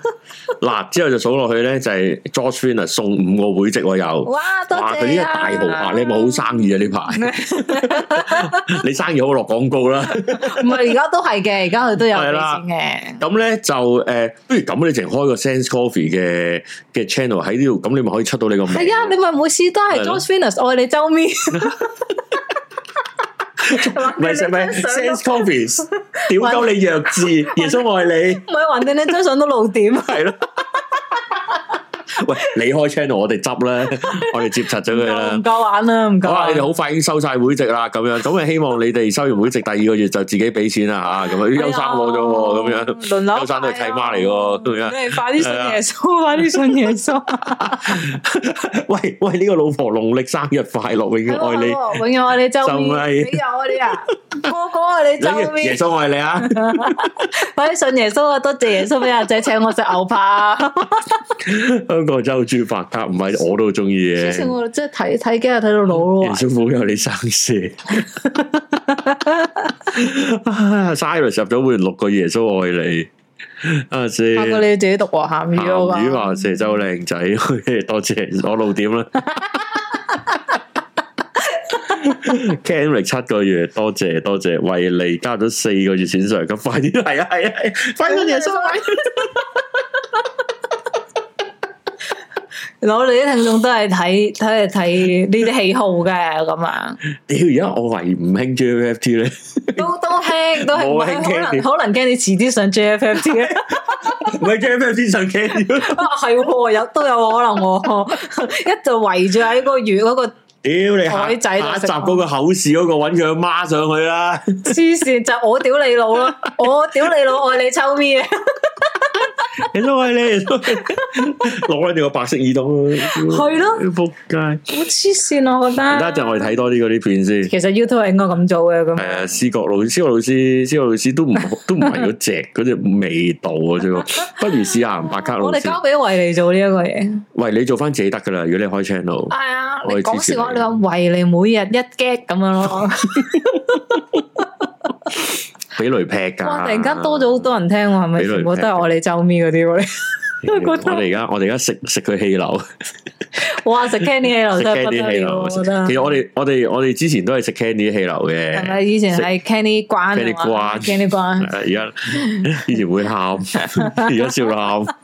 [SPEAKER 2] 嗱，之後就數落去咧，就係 George Finner 送五個會籍喎又。
[SPEAKER 1] 哇，多謝
[SPEAKER 2] 哇！
[SPEAKER 1] 啊
[SPEAKER 2] 佢呢個大豪客，你係咪好生意啊？呢排
[SPEAKER 1] [LAUGHS]
[SPEAKER 2] 你生意好落廣告啦。
[SPEAKER 1] 唔係而家都係嘅，而家佢都有俾
[SPEAKER 2] 係啦
[SPEAKER 1] 錢嘅。
[SPEAKER 2] 咁咧就誒，不如咁你淨開個 Sense Coffee 嘅嘅 channel 喺呢度，咁你咪可以出到你個名。
[SPEAKER 1] 係啊，你咪每次都係
[SPEAKER 2] 係
[SPEAKER 1] John
[SPEAKER 2] 咯
[SPEAKER 1] Venus 愛你周
[SPEAKER 2] [LAUGHS]
[SPEAKER 1] 咪，
[SPEAKER 2] 唔係唔係 Sense Coffee，屌鳩你弱智，耶穌愛你，
[SPEAKER 1] 唔係橫掂你張相都露點，
[SPEAKER 2] 係咯。喂，你開 channel 我哋執啦，我哋接實咗佢啦
[SPEAKER 1] 唔。夠玩啦，唔夠
[SPEAKER 2] 好啦，啊
[SPEAKER 1] 玩。
[SPEAKER 2] 你哋好快已經收晒會籍啦，咁樣咁啊，希望你哋收完會籍第二個月就自己俾錢啦吓，咁啊，
[SPEAKER 1] 係啊
[SPEAKER 2] 優生攞咗喎，咁樣
[SPEAKER 1] 輪流
[SPEAKER 2] 優生都係契媽嚟喎咁樣
[SPEAKER 1] 你哋快啲信
[SPEAKER 2] [LAUGHS]
[SPEAKER 1] 耶穌，快啲信耶穌，
[SPEAKER 2] 喂喂，呢個老婆農曆生日快樂，永遠愛
[SPEAKER 1] 啊係咯永遠愛你周
[SPEAKER 2] 就
[SPEAKER 1] 咪，
[SPEAKER 2] 係
[SPEAKER 1] 你有啊你啊，個個愛你周
[SPEAKER 2] 你，
[SPEAKER 1] 咪
[SPEAKER 2] 耶，穌愛你
[SPEAKER 1] [LAUGHS]
[SPEAKER 2] 啊！
[SPEAKER 1] 快啲信耶穌啊！多謝耶穌俾阿仔請我食牛
[SPEAKER 2] [LAUGHS]
[SPEAKER 1] 扒。哎
[SPEAKER 2] 香港周豬白鴿唔係我都中意
[SPEAKER 1] 之
[SPEAKER 2] 嘅，
[SPEAKER 1] 前我真係睇睇啊幾日睇到老咯
[SPEAKER 2] 耶
[SPEAKER 1] 喎，
[SPEAKER 2] 穌冇有你生事。 [LAUGHS] 啊 Cyrus 入咗會員六個月，耶穌愛你啊先。
[SPEAKER 1] 發覺你自己讀喎鹹魚嗰個
[SPEAKER 2] 鹹魚啊話蛇洲靚仔， [LAUGHS] 多謝我露點
[SPEAKER 1] [LAUGHS]
[SPEAKER 2] 啦。Kenrick 七個月，多謝多謝，為你加咗四個月錢上，咁快啲係啊係啊，係啊快啲耶穌啊！
[SPEAKER 1] [LAUGHS] 嗱，我哋啲聽眾都係睇睇嚟睇呢啲喜好嘅咁樣，
[SPEAKER 2] 屌而家我懷疑唔興 JFT 咧，
[SPEAKER 1] 都都輕都
[SPEAKER 2] 冇
[SPEAKER 1] 係可能
[SPEAKER 2] 興 Candy
[SPEAKER 1] 可能驚你遲啲上 JFFT
[SPEAKER 2] [LAUGHS]
[SPEAKER 1] 嘅，
[SPEAKER 2] 唔係 JFT 上 Candy，
[SPEAKER 1] 啊係喎，有都有可能喎， [LAUGHS] 一就圍住喺個月嗰個
[SPEAKER 2] 屌你下
[SPEAKER 1] 海仔度食
[SPEAKER 2] 下一集嗰個口試嗰個揾佢阿媽上去
[SPEAKER 1] [LAUGHS]
[SPEAKER 2] 啦，
[SPEAKER 1] 黐線，就我屌你老啦，我屌你老愛你抽咪啊，
[SPEAKER 2] 耶穌愛你， [LAUGHS] 耶穌愛你攞緊你個白色耳筒，
[SPEAKER 1] 係咯
[SPEAKER 2] 仆街！
[SPEAKER 1] 好黐線啊我覺
[SPEAKER 2] 而家就
[SPEAKER 1] 得。
[SPEAKER 2] 我哋睇多啲嗰啲片先。
[SPEAKER 1] 其實 YouTube 係應該咁做嘅咁
[SPEAKER 2] 係，啊，思覺老師，思覺老師，思覺老師都唔都唔係嗰隻嗰隻味道啊，啫喎。不如試下行白卡老
[SPEAKER 1] 我哋交
[SPEAKER 2] 師。
[SPEAKER 1] 俾維尼做呢一個嘢。
[SPEAKER 2] 喂，你做翻自己得噶啦，如果你開 channel，
[SPEAKER 1] 係啊，
[SPEAKER 2] 我
[SPEAKER 1] 你
[SPEAKER 2] 哋
[SPEAKER 1] 講
[SPEAKER 2] 支持
[SPEAKER 1] 笑話，
[SPEAKER 2] 你
[SPEAKER 1] 你話維尼每日一 get 咁樣
[SPEAKER 2] [LAUGHS]
[SPEAKER 1] 咯。
[SPEAKER 2] 俾雷劈㗎。
[SPEAKER 1] 哇！突然間多咗好多人聽喎，係咪
[SPEAKER 2] 俾雷
[SPEAKER 1] 全部都係
[SPEAKER 2] 劈
[SPEAKER 1] 我哋周咪嗰啲喎？ [LAUGHS] 你
[SPEAKER 2] 屌，我
[SPEAKER 1] 覺得
[SPEAKER 2] 哋而家我哋而家食食佢氣
[SPEAKER 1] [LAUGHS]
[SPEAKER 2] 流，
[SPEAKER 1] 哇！食 candy 氣流
[SPEAKER 2] 食
[SPEAKER 1] 真係不
[SPEAKER 2] candy
[SPEAKER 1] 得
[SPEAKER 2] 氣
[SPEAKER 1] 了，
[SPEAKER 2] 流。
[SPEAKER 1] 我覺
[SPEAKER 2] 食
[SPEAKER 1] 得
[SPEAKER 2] 其實我哋我哋我哋之前都係食 candy 氣流
[SPEAKER 1] 係咪
[SPEAKER 2] 嘅。
[SPEAKER 1] 以前係 candy 關啊
[SPEAKER 2] candy
[SPEAKER 1] 嘛
[SPEAKER 2] 關
[SPEAKER 1] ？candy 關
[SPEAKER 2] [LAUGHS] 係，啊而家以前會喊，而家笑到喊。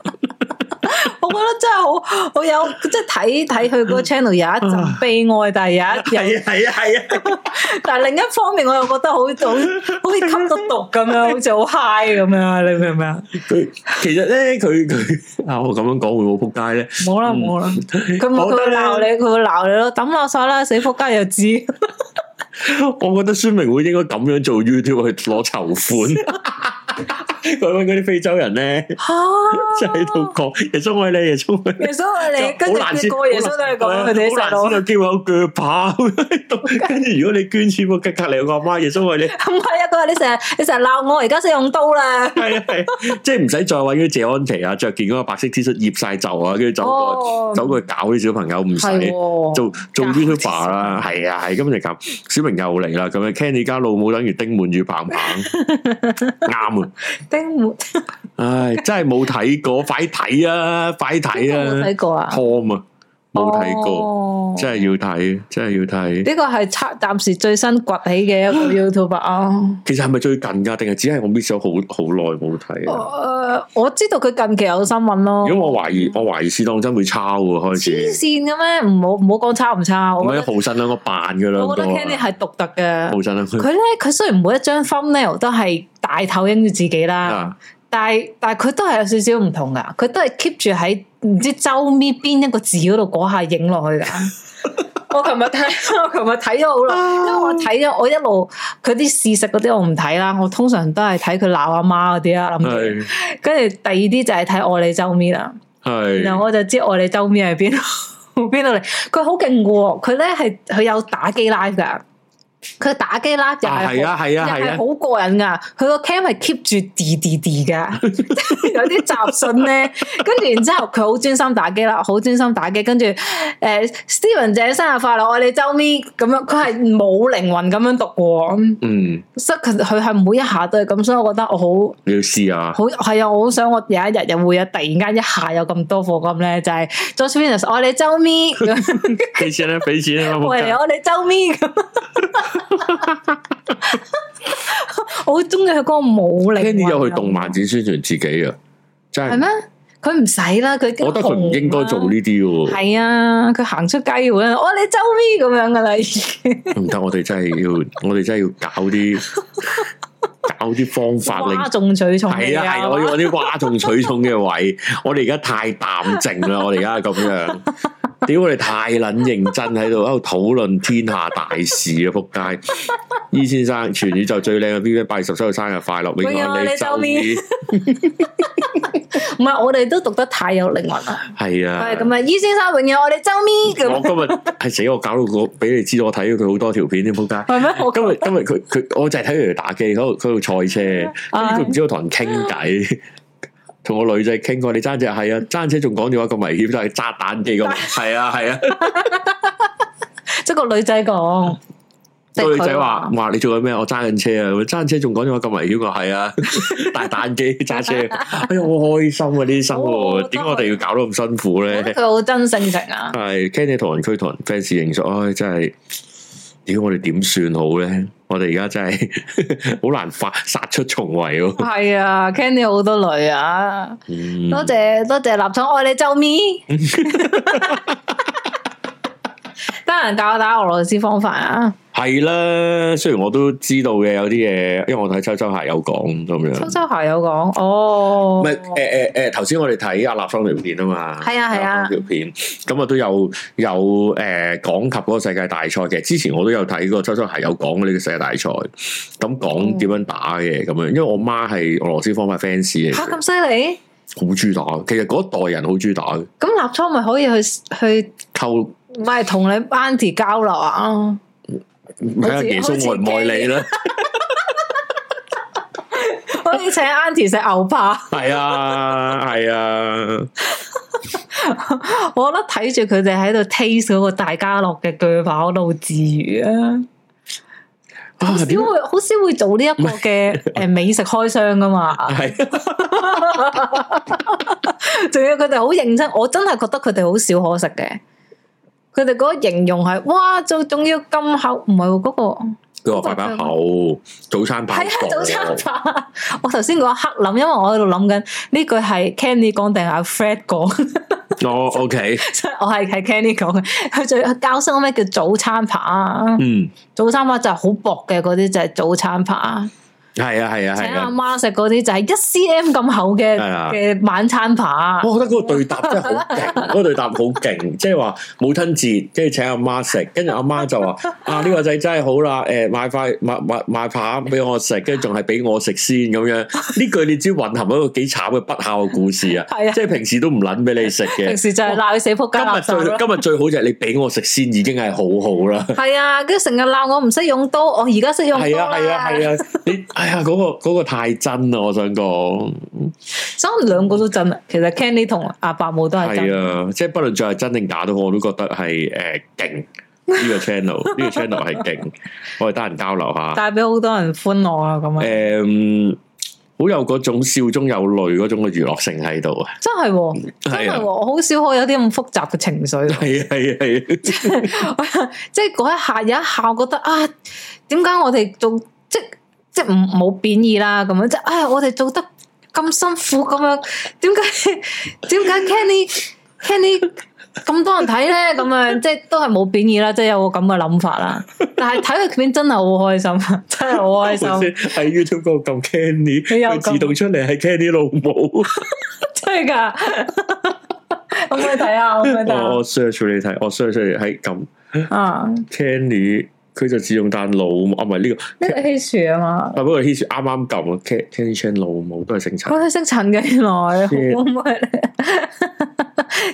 [SPEAKER 1] 我覺得真係好，我有即係睇睇佢個 channel 有一陣悲哀，但係有一有，
[SPEAKER 2] [LAUGHS] 係啊係啊係啊！
[SPEAKER 1] 但係另一方面我又覺得好好好似吸咗毒咁樣，好似好 high 咁樣，你明唔明啊？
[SPEAKER 2] 佢其實咧，佢佢啊，我咁樣講會唔會撲街咧？
[SPEAKER 1] 冇啦冇啦，佢佢
[SPEAKER 2] 我覺得
[SPEAKER 1] 會
[SPEAKER 2] 咧
[SPEAKER 1] 鬧你，佢會鬧你咯，抌垃圾啦，死仆街又知。
[SPEAKER 2] [LAUGHS] 我覺得宣明會應該咁樣做 YouTube 去攞籌款。
[SPEAKER 1] [LAUGHS]
[SPEAKER 2] 佢揾嗰啲非洲人咧，
[SPEAKER 1] 吓！
[SPEAKER 2] 就喺度講耶穌愛你，耶穌愛你。
[SPEAKER 1] 耶穌愛你，跟住
[SPEAKER 2] 就好難先
[SPEAKER 1] 個耶穌都係
[SPEAKER 2] 好
[SPEAKER 1] 講佢
[SPEAKER 2] 難
[SPEAKER 1] 哋啲
[SPEAKER 2] 好
[SPEAKER 1] 細
[SPEAKER 2] 難
[SPEAKER 1] 佬
[SPEAKER 2] 先。有啊機會有鋸扒
[SPEAKER 1] [LAUGHS]
[SPEAKER 2] [LAUGHS] 咁樣跟住如果你捐錢，我隔隔離有個阿媽，耶
[SPEAKER 1] [LAUGHS]
[SPEAKER 2] 穌愛你。
[SPEAKER 1] 唔係啊！佢話你成日你成日鬧我，而家先用刀啦。
[SPEAKER 2] 係啊係啊，即係唔使再揾嗰啲謝安琪啊，着件嗰個白色 T 恤掖晒袖啊，跟住走
[SPEAKER 1] 哦
[SPEAKER 2] 過走過去搞啲小朋友，唔使。做做
[SPEAKER 1] 搞
[SPEAKER 2] YouTuber 啦，係啊，係咁就咁。小明又嚟啦，咁樣 Candy 加老母等於丁滿與棒棒，啱啊！
[SPEAKER 1] 丁
[SPEAKER 2] [LAUGHS]
[SPEAKER 1] 滿，
[SPEAKER 2] 唉，真係冇睇過，快睇啊，快睇
[SPEAKER 1] 有冇
[SPEAKER 2] 啊
[SPEAKER 1] 睇過啊？哦
[SPEAKER 2] ！Tom 啊，冇睇過，
[SPEAKER 1] 過
[SPEAKER 2] 真係要睇，真係要睇。
[SPEAKER 1] 呢個係測暫時最新崛起嘅一
[SPEAKER 2] [LAUGHS]
[SPEAKER 1] 個 YouTube 啊！
[SPEAKER 2] 其實係咪最近㗎？定係只係我 miss 咗好好耐冇睇
[SPEAKER 1] 哦
[SPEAKER 2] 啊？
[SPEAKER 1] 誒我知道佢近期有新聞咯。
[SPEAKER 2] 如果我懷疑，我懷疑是當真會抄喎，開
[SPEAKER 1] 黐
[SPEAKER 2] 始
[SPEAKER 1] 線嘅咩？唔好唔好講差唔差，
[SPEAKER 2] 唔
[SPEAKER 1] 我覺
[SPEAKER 2] 係
[SPEAKER 1] 得
[SPEAKER 2] 豪信兩個扮嘅兩
[SPEAKER 1] 我覺
[SPEAKER 2] 個
[SPEAKER 1] 得 Candy
[SPEAKER 2] 啊，
[SPEAKER 1] 係獨特嘅。
[SPEAKER 2] 豪信兩
[SPEAKER 1] [LAUGHS]
[SPEAKER 2] 個
[SPEAKER 1] 佢咧佢雖然每一張 thumbnail 都係大頭影住自己啦，
[SPEAKER 2] 啊，
[SPEAKER 1] 但係但係佢都係有少少唔同噶，佢都係 keep 住喺唔知周咪邊一個字嗰度嗰下影落
[SPEAKER 2] [LAUGHS]
[SPEAKER 1] 去噶。我琴日睇， [LAUGHS] 我琴日睇咗好耐，因為我睇咗我一路佢啲事實嗰啲我唔睇啦，我通常都係睇佢鬧阿媽嗰啲啦，諗住
[SPEAKER 2] 係
[SPEAKER 1] 跟住第二啲就係睇愛你周咪啦。然
[SPEAKER 2] 係
[SPEAKER 1] 後我就知我哋周面喺邊度 [LAUGHS] 邊度嚟，佢好勁嘅喎，佢咧係佢有打機 live 噶，佢打機 live 又
[SPEAKER 2] 啊係
[SPEAKER 1] 係好
[SPEAKER 2] 啊係
[SPEAKER 1] 又
[SPEAKER 2] 啊係
[SPEAKER 1] 係
[SPEAKER 2] 啊，
[SPEAKER 1] 好過癮噶，佢個 cam 係 keep 住滴滴滴噶，有啲雜訊咧，跟住然之後佢好專心打機啦，好專心打機，跟住誒呃 Steven 姐生日快樂，我哋周咪咁樣，佢係冇靈魂咁樣讀嘅喎，
[SPEAKER 2] 嗯，
[SPEAKER 1] 所以佢佢係每一下都係咁，所以我覺得我好。
[SPEAKER 2] 你要試下。
[SPEAKER 1] 好係啊！我好想我有一日又會有突然間一下有咁多貨咁咧，就係、George Venus 愛你周
[SPEAKER 2] [LAUGHS]
[SPEAKER 1] 咪，
[SPEAKER 2] 俾錢啦，俾錢啦，仆
[SPEAKER 1] 喂
[SPEAKER 2] 街
[SPEAKER 1] 你愛你周咪咁。 [LAUGHS] 我好中意佢嗰個武力。
[SPEAKER 2] 跟住又去動漫展宣傳自己啊，真
[SPEAKER 1] 啊係
[SPEAKER 2] 係，
[SPEAKER 1] 咩？佢唔使啦，佢已經
[SPEAKER 2] 我覺得佢唔應該做呢
[SPEAKER 1] 紅啦。啊
[SPEAKER 2] 啲喎，
[SPEAKER 1] 係啊，佢行出街嘅話，我你周咪咁樣噶啦，已經
[SPEAKER 2] 唔得，我哋真
[SPEAKER 1] [LAUGHS]
[SPEAKER 2] 係要，我哋真係要搞啲搞啲方法令
[SPEAKER 1] 嘩眾取寵嚟
[SPEAKER 2] 係啊，係啊，我要揾啲嘩眾取寵嘅位。我哋而家太淡靜
[SPEAKER 1] [LAUGHS]
[SPEAKER 2] 啦，我哋而家咁樣，屌我哋太撚認真喺度喺度討論天下大事啊！仆街，伊先生全宇宙最靚嘅 B B 八月十七號生日快樂，永
[SPEAKER 1] 永
[SPEAKER 2] 遠
[SPEAKER 1] 遠
[SPEAKER 2] 你
[SPEAKER 1] 愛
[SPEAKER 2] 周面
[SPEAKER 1] 哎你唔係我哋都讀得太有靈魂啦。
[SPEAKER 2] 係啊
[SPEAKER 1] 係。咁啊，伊先生永遠我哋周咪咁
[SPEAKER 2] 我。今日係死，我搞到我俾你知，我睇咗佢好多條片添，仆街。
[SPEAKER 1] 係咩？我
[SPEAKER 2] 今日今日佢佢，我就係睇佢打機，喺度喺度賽車，跟
[SPEAKER 1] 啊
[SPEAKER 2] 住佢唔知道同人傾偈，同個女仔傾過，你揸只係啊，揸車仲講咗話咁危險，就係揸蛋機咁，
[SPEAKER 1] [LAUGHS]
[SPEAKER 2] 係啊係啊，
[SPEAKER 1] 即係個女
[SPEAKER 2] [LAUGHS]
[SPEAKER 1] 仔講，定
[SPEAKER 2] 個
[SPEAKER 1] 佢
[SPEAKER 2] 女仔話話你做緊咩？我揸緊車啊，咁揸緊車仲講咗話咁危險，我話
[SPEAKER 1] [LAUGHS]
[SPEAKER 2] 係啊，大蛋機揸車，哎呀好開心啊呢啲生活，點解我哋要搞到咁辛苦咧？
[SPEAKER 1] 佢好哦真性情
[SPEAKER 2] [LAUGHS]
[SPEAKER 1] 啊！
[SPEAKER 2] 系 Kenny 同人區同人 fans 認熟，唉、真係，屌我哋點算好咧？我哋而家真係 [LAUGHS] 好難發殺出重圍喎、
[SPEAKER 1] 係啊，Candy 好多女啊！
[SPEAKER 2] 嗯
[SPEAKER 1] 多謝多謝立場愛你周
[SPEAKER 2] [LAUGHS]
[SPEAKER 1] 咪，得閒教我打俄羅斯方法啊！
[SPEAKER 2] 係啦，雖然我都知道嘅有啲嘢，因為我睇秋秋鞋有講咁
[SPEAKER 1] 秋
[SPEAKER 2] 樣。
[SPEAKER 1] 秋鞋有講哦，
[SPEAKER 2] 唔係誒誒誒，頭先我哋睇阿立方條片啊嘛，
[SPEAKER 1] 係啊係啊
[SPEAKER 2] 立方條片咁啊都有有誒、講及嗰個世界大賽嘅。之前我都有睇過，秋秋鞋有講呢個世界大賽，咁
[SPEAKER 1] 哦
[SPEAKER 2] 講點樣打嘅咁樣。因為我媽係俄羅斯方塊 fans 嚟嘅。
[SPEAKER 1] 嚇咁犀利，
[SPEAKER 2] 好中意打，其實嗰一代人好中意打嘅，
[SPEAKER 1] 咁立倉咪可以去去
[SPEAKER 2] 溝
[SPEAKER 1] 唔係同你 Auntie 交流啊？
[SPEAKER 2] 睇下耶穌愛唔愛你
[SPEAKER 1] [LAUGHS]
[SPEAKER 2] 啦，
[SPEAKER 1] 可以請 Auntie 食牛扒。
[SPEAKER 2] 係啊係啊，
[SPEAKER 1] 我覺得睇住佢哋喺度 taste 嗰個大家樂嘅鋸扒，我都好治愈啊！好
[SPEAKER 2] 啊
[SPEAKER 1] 少
[SPEAKER 2] 點
[SPEAKER 1] 會好少會做呢一個
[SPEAKER 2] [LAUGHS]
[SPEAKER 1] 嘅誒美食開箱噶嘛，
[SPEAKER 2] 係啊
[SPEAKER 1] 仲要佢哋好認真，我真係覺得佢哋好少可食嘅。佢哋嗰個形容係，哇，仲仲要咁厚，唔係喎嗰個，
[SPEAKER 2] 佢話快把口，早餐包
[SPEAKER 1] 啊係啊
[SPEAKER 2] 房
[SPEAKER 1] 早餐飯。 [LAUGHS] 我頭先嗰一刻諗，因為我喺度諗緊呢句係 Candy 講定係阿 Fred 講。 [LAUGHS]
[SPEAKER 2] 哦 OK，
[SPEAKER 1] 我係係 Candy 講嘅，佢最佢教識我咩叫早餐扒啊！
[SPEAKER 2] 嗯，
[SPEAKER 1] 早餐扒就係好薄嘅嗰啲就係早餐扒，
[SPEAKER 2] 係啊係啊
[SPEAKER 1] 請
[SPEAKER 2] 係
[SPEAKER 1] 阿
[SPEAKER 2] 啊，
[SPEAKER 1] 媽食嗰啲就係一 cm 咁厚嘅
[SPEAKER 2] 係啊
[SPEAKER 1] 嘅晚餐扒。
[SPEAKER 2] 我覺得嗰個對答真係好
[SPEAKER 1] [LAUGHS]
[SPEAKER 2] 勁，嗰個對答好勁，即係話母親節，跟住請阿媽食，跟住阿媽就話
[SPEAKER 1] [LAUGHS]
[SPEAKER 2] 啊呢個仔真係好啦，誒買塊買買買扒俾我食，跟住仲係俾我食先咁樣，呢句你知蘊含一個幾慘嘅不孝嘅故事啊！
[SPEAKER 1] 係啊，
[SPEAKER 2] 即係平時都唔撚俾你食嘅
[SPEAKER 1] 平。時就係鬧佢死仆街
[SPEAKER 2] 今日
[SPEAKER 1] 垃圾
[SPEAKER 2] 最
[SPEAKER 1] 咯。
[SPEAKER 2] 今日最好就係你俾我食先，已經係好好啦。
[SPEAKER 1] 係啊，跟住成日鬧我唔識用刀，我而家識用刀
[SPEAKER 2] 係啊係啊
[SPEAKER 1] 啦。
[SPEAKER 2] 係啊！你哎呀嗰個嗰個太真啦，我想講
[SPEAKER 1] 所以我哋兩個都真啊。其實 Candy 同阿伯母都係
[SPEAKER 2] 係
[SPEAKER 1] 真。
[SPEAKER 2] 啊，即係不論最係真定假都好，我都覺得係誒勁呢個
[SPEAKER 1] [LAUGHS]
[SPEAKER 2] channel 呢個 channel 係勁，我哋得閒交流下。啊
[SPEAKER 1] 帶俾好多人歡樂啊！咁啊，
[SPEAKER 2] 誒，好有嗰種笑中有淚嗰種嘅娛樂性喺度啊！
[SPEAKER 1] 真係喎，真係
[SPEAKER 2] 係
[SPEAKER 1] 喎，
[SPEAKER 2] 啊，
[SPEAKER 1] 我好少可以有啲咁複雜嘅情緒。
[SPEAKER 2] 係啊係啊係啊，
[SPEAKER 1] [LAUGHS] 即係嗰一下有一下覺得啊，點解我哋做即即唔冇貶義啦咁樣，即係唉、我哋做得咁辛苦咁樣，點解 [LAUGHS] 點解 Kenny Kenny 咁多人睇咧？咁樣即係都係冇貶義啦，即係有個咁嘅諗法啦。但係睇佢片真係好開心， [LAUGHS] 真係好開
[SPEAKER 2] 頭
[SPEAKER 1] 心，
[SPEAKER 2] 先喺 YouTube 嗰度撳 Candy，
[SPEAKER 1] 你又
[SPEAKER 2] 佢
[SPEAKER 1] 撳
[SPEAKER 2] 自動出嚟係 Candy 老母。
[SPEAKER 1] 真係㗎。 [LAUGHS] 可唔可以睇下？可唔可以
[SPEAKER 2] 我
[SPEAKER 1] 睇
[SPEAKER 2] 我哦 search 俾你睇，我 search 出嚟喺撳
[SPEAKER 1] 下？啊，
[SPEAKER 2] Candy，佢就自動彈老母啊，唔係呢個。
[SPEAKER 1] 呢個 Hisu 啊嘛，
[SPEAKER 2] 啊！不過 His 啱啱撳啊，Can Candy Chan 老母都係姓陳，
[SPEAKER 1] 佢係姓陳嘅，原來好
[SPEAKER 2] Shit
[SPEAKER 1] 唔會咧？ [LAUGHS]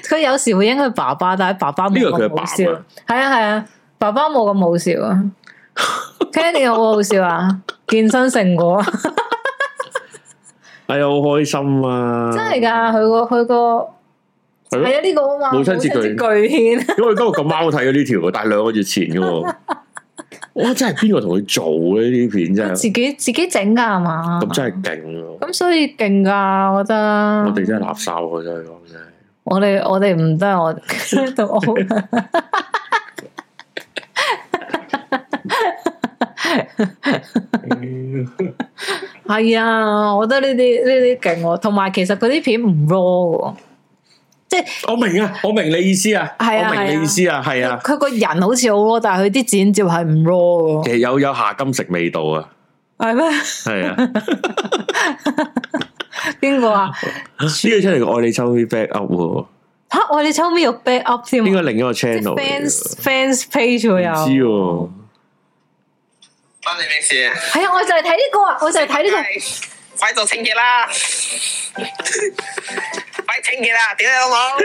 [SPEAKER 1] 佢有時會應佢爸爸，但係爸爸冇
[SPEAKER 2] 呢個
[SPEAKER 1] 咁
[SPEAKER 2] 佢係
[SPEAKER 1] 好
[SPEAKER 2] 爸爸
[SPEAKER 1] 笑。係啊係啊，爸爸冇咁好笑啊。Kenny 好好笑
[SPEAKER 2] [LAUGHS]
[SPEAKER 1] 啊！健身成果
[SPEAKER 2] 哎呀好開心啊！
[SPEAKER 1] 真係㗎，佢個佢個
[SPEAKER 2] 係咯
[SPEAKER 1] 係啊呢個啊嘛，
[SPEAKER 2] 母親節巨
[SPEAKER 1] 巨獻，
[SPEAKER 2] 因為今日咁啱睇咗呢條，但係兩個月前
[SPEAKER 1] [LAUGHS]
[SPEAKER 2] 嘅喎。哇！真係邊個同佢做嘅呢啲片真係啊
[SPEAKER 1] 自己自己整㗎係嘛？
[SPEAKER 2] 咁真係勁啊！
[SPEAKER 1] 啊咁啊所以勁㗎，我覺得。
[SPEAKER 2] 我哋真係垃圾喎，真係講真係。
[SPEAKER 1] 我哋我哋唔得，我 [LAUGHS] 讀
[SPEAKER 2] [LAUGHS]
[SPEAKER 1] 我。 [LAUGHS] 係啊，我覺得呢啲呢啲勁喎，同埋其實嗰啲片唔 raw
[SPEAKER 2] 我明啊，我明你意思啊，
[SPEAKER 1] 係啊
[SPEAKER 2] 我明你意思啊，係
[SPEAKER 1] 嘅喎，
[SPEAKER 2] 啊，
[SPEAKER 1] 佢個人好似好 raw，但係佢啲剪接係唔 raw
[SPEAKER 2] 其
[SPEAKER 1] 嘅
[SPEAKER 2] 實有有下金食味道啊，
[SPEAKER 1] 喎，係咩？
[SPEAKER 2] 係
[SPEAKER 1] [LAUGHS]
[SPEAKER 2] 啊，呢
[SPEAKER 1] 邊個 [LAUGHS] 啊？
[SPEAKER 2] 個出嚟個愛你抽 me back up 喎，
[SPEAKER 1] 吓，我哋抽尾要 back up 添
[SPEAKER 2] 應該
[SPEAKER 1] 啊，
[SPEAKER 2] 另一個
[SPEAKER 1] 即
[SPEAKER 2] channel 嚟嘅
[SPEAKER 1] fans fans page 喎
[SPEAKER 2] 唔知
[SPEAKER 1] 又
[SPEAKER 2] 喎，
[SPEAKER 3] 關你咩事啊？
[SPEAKER 1] 係啊，我就係睇呢個啊，我就係睇呢個。
[SPEAKER 3] 快做清潔啦！快清潔啦！屌你老母！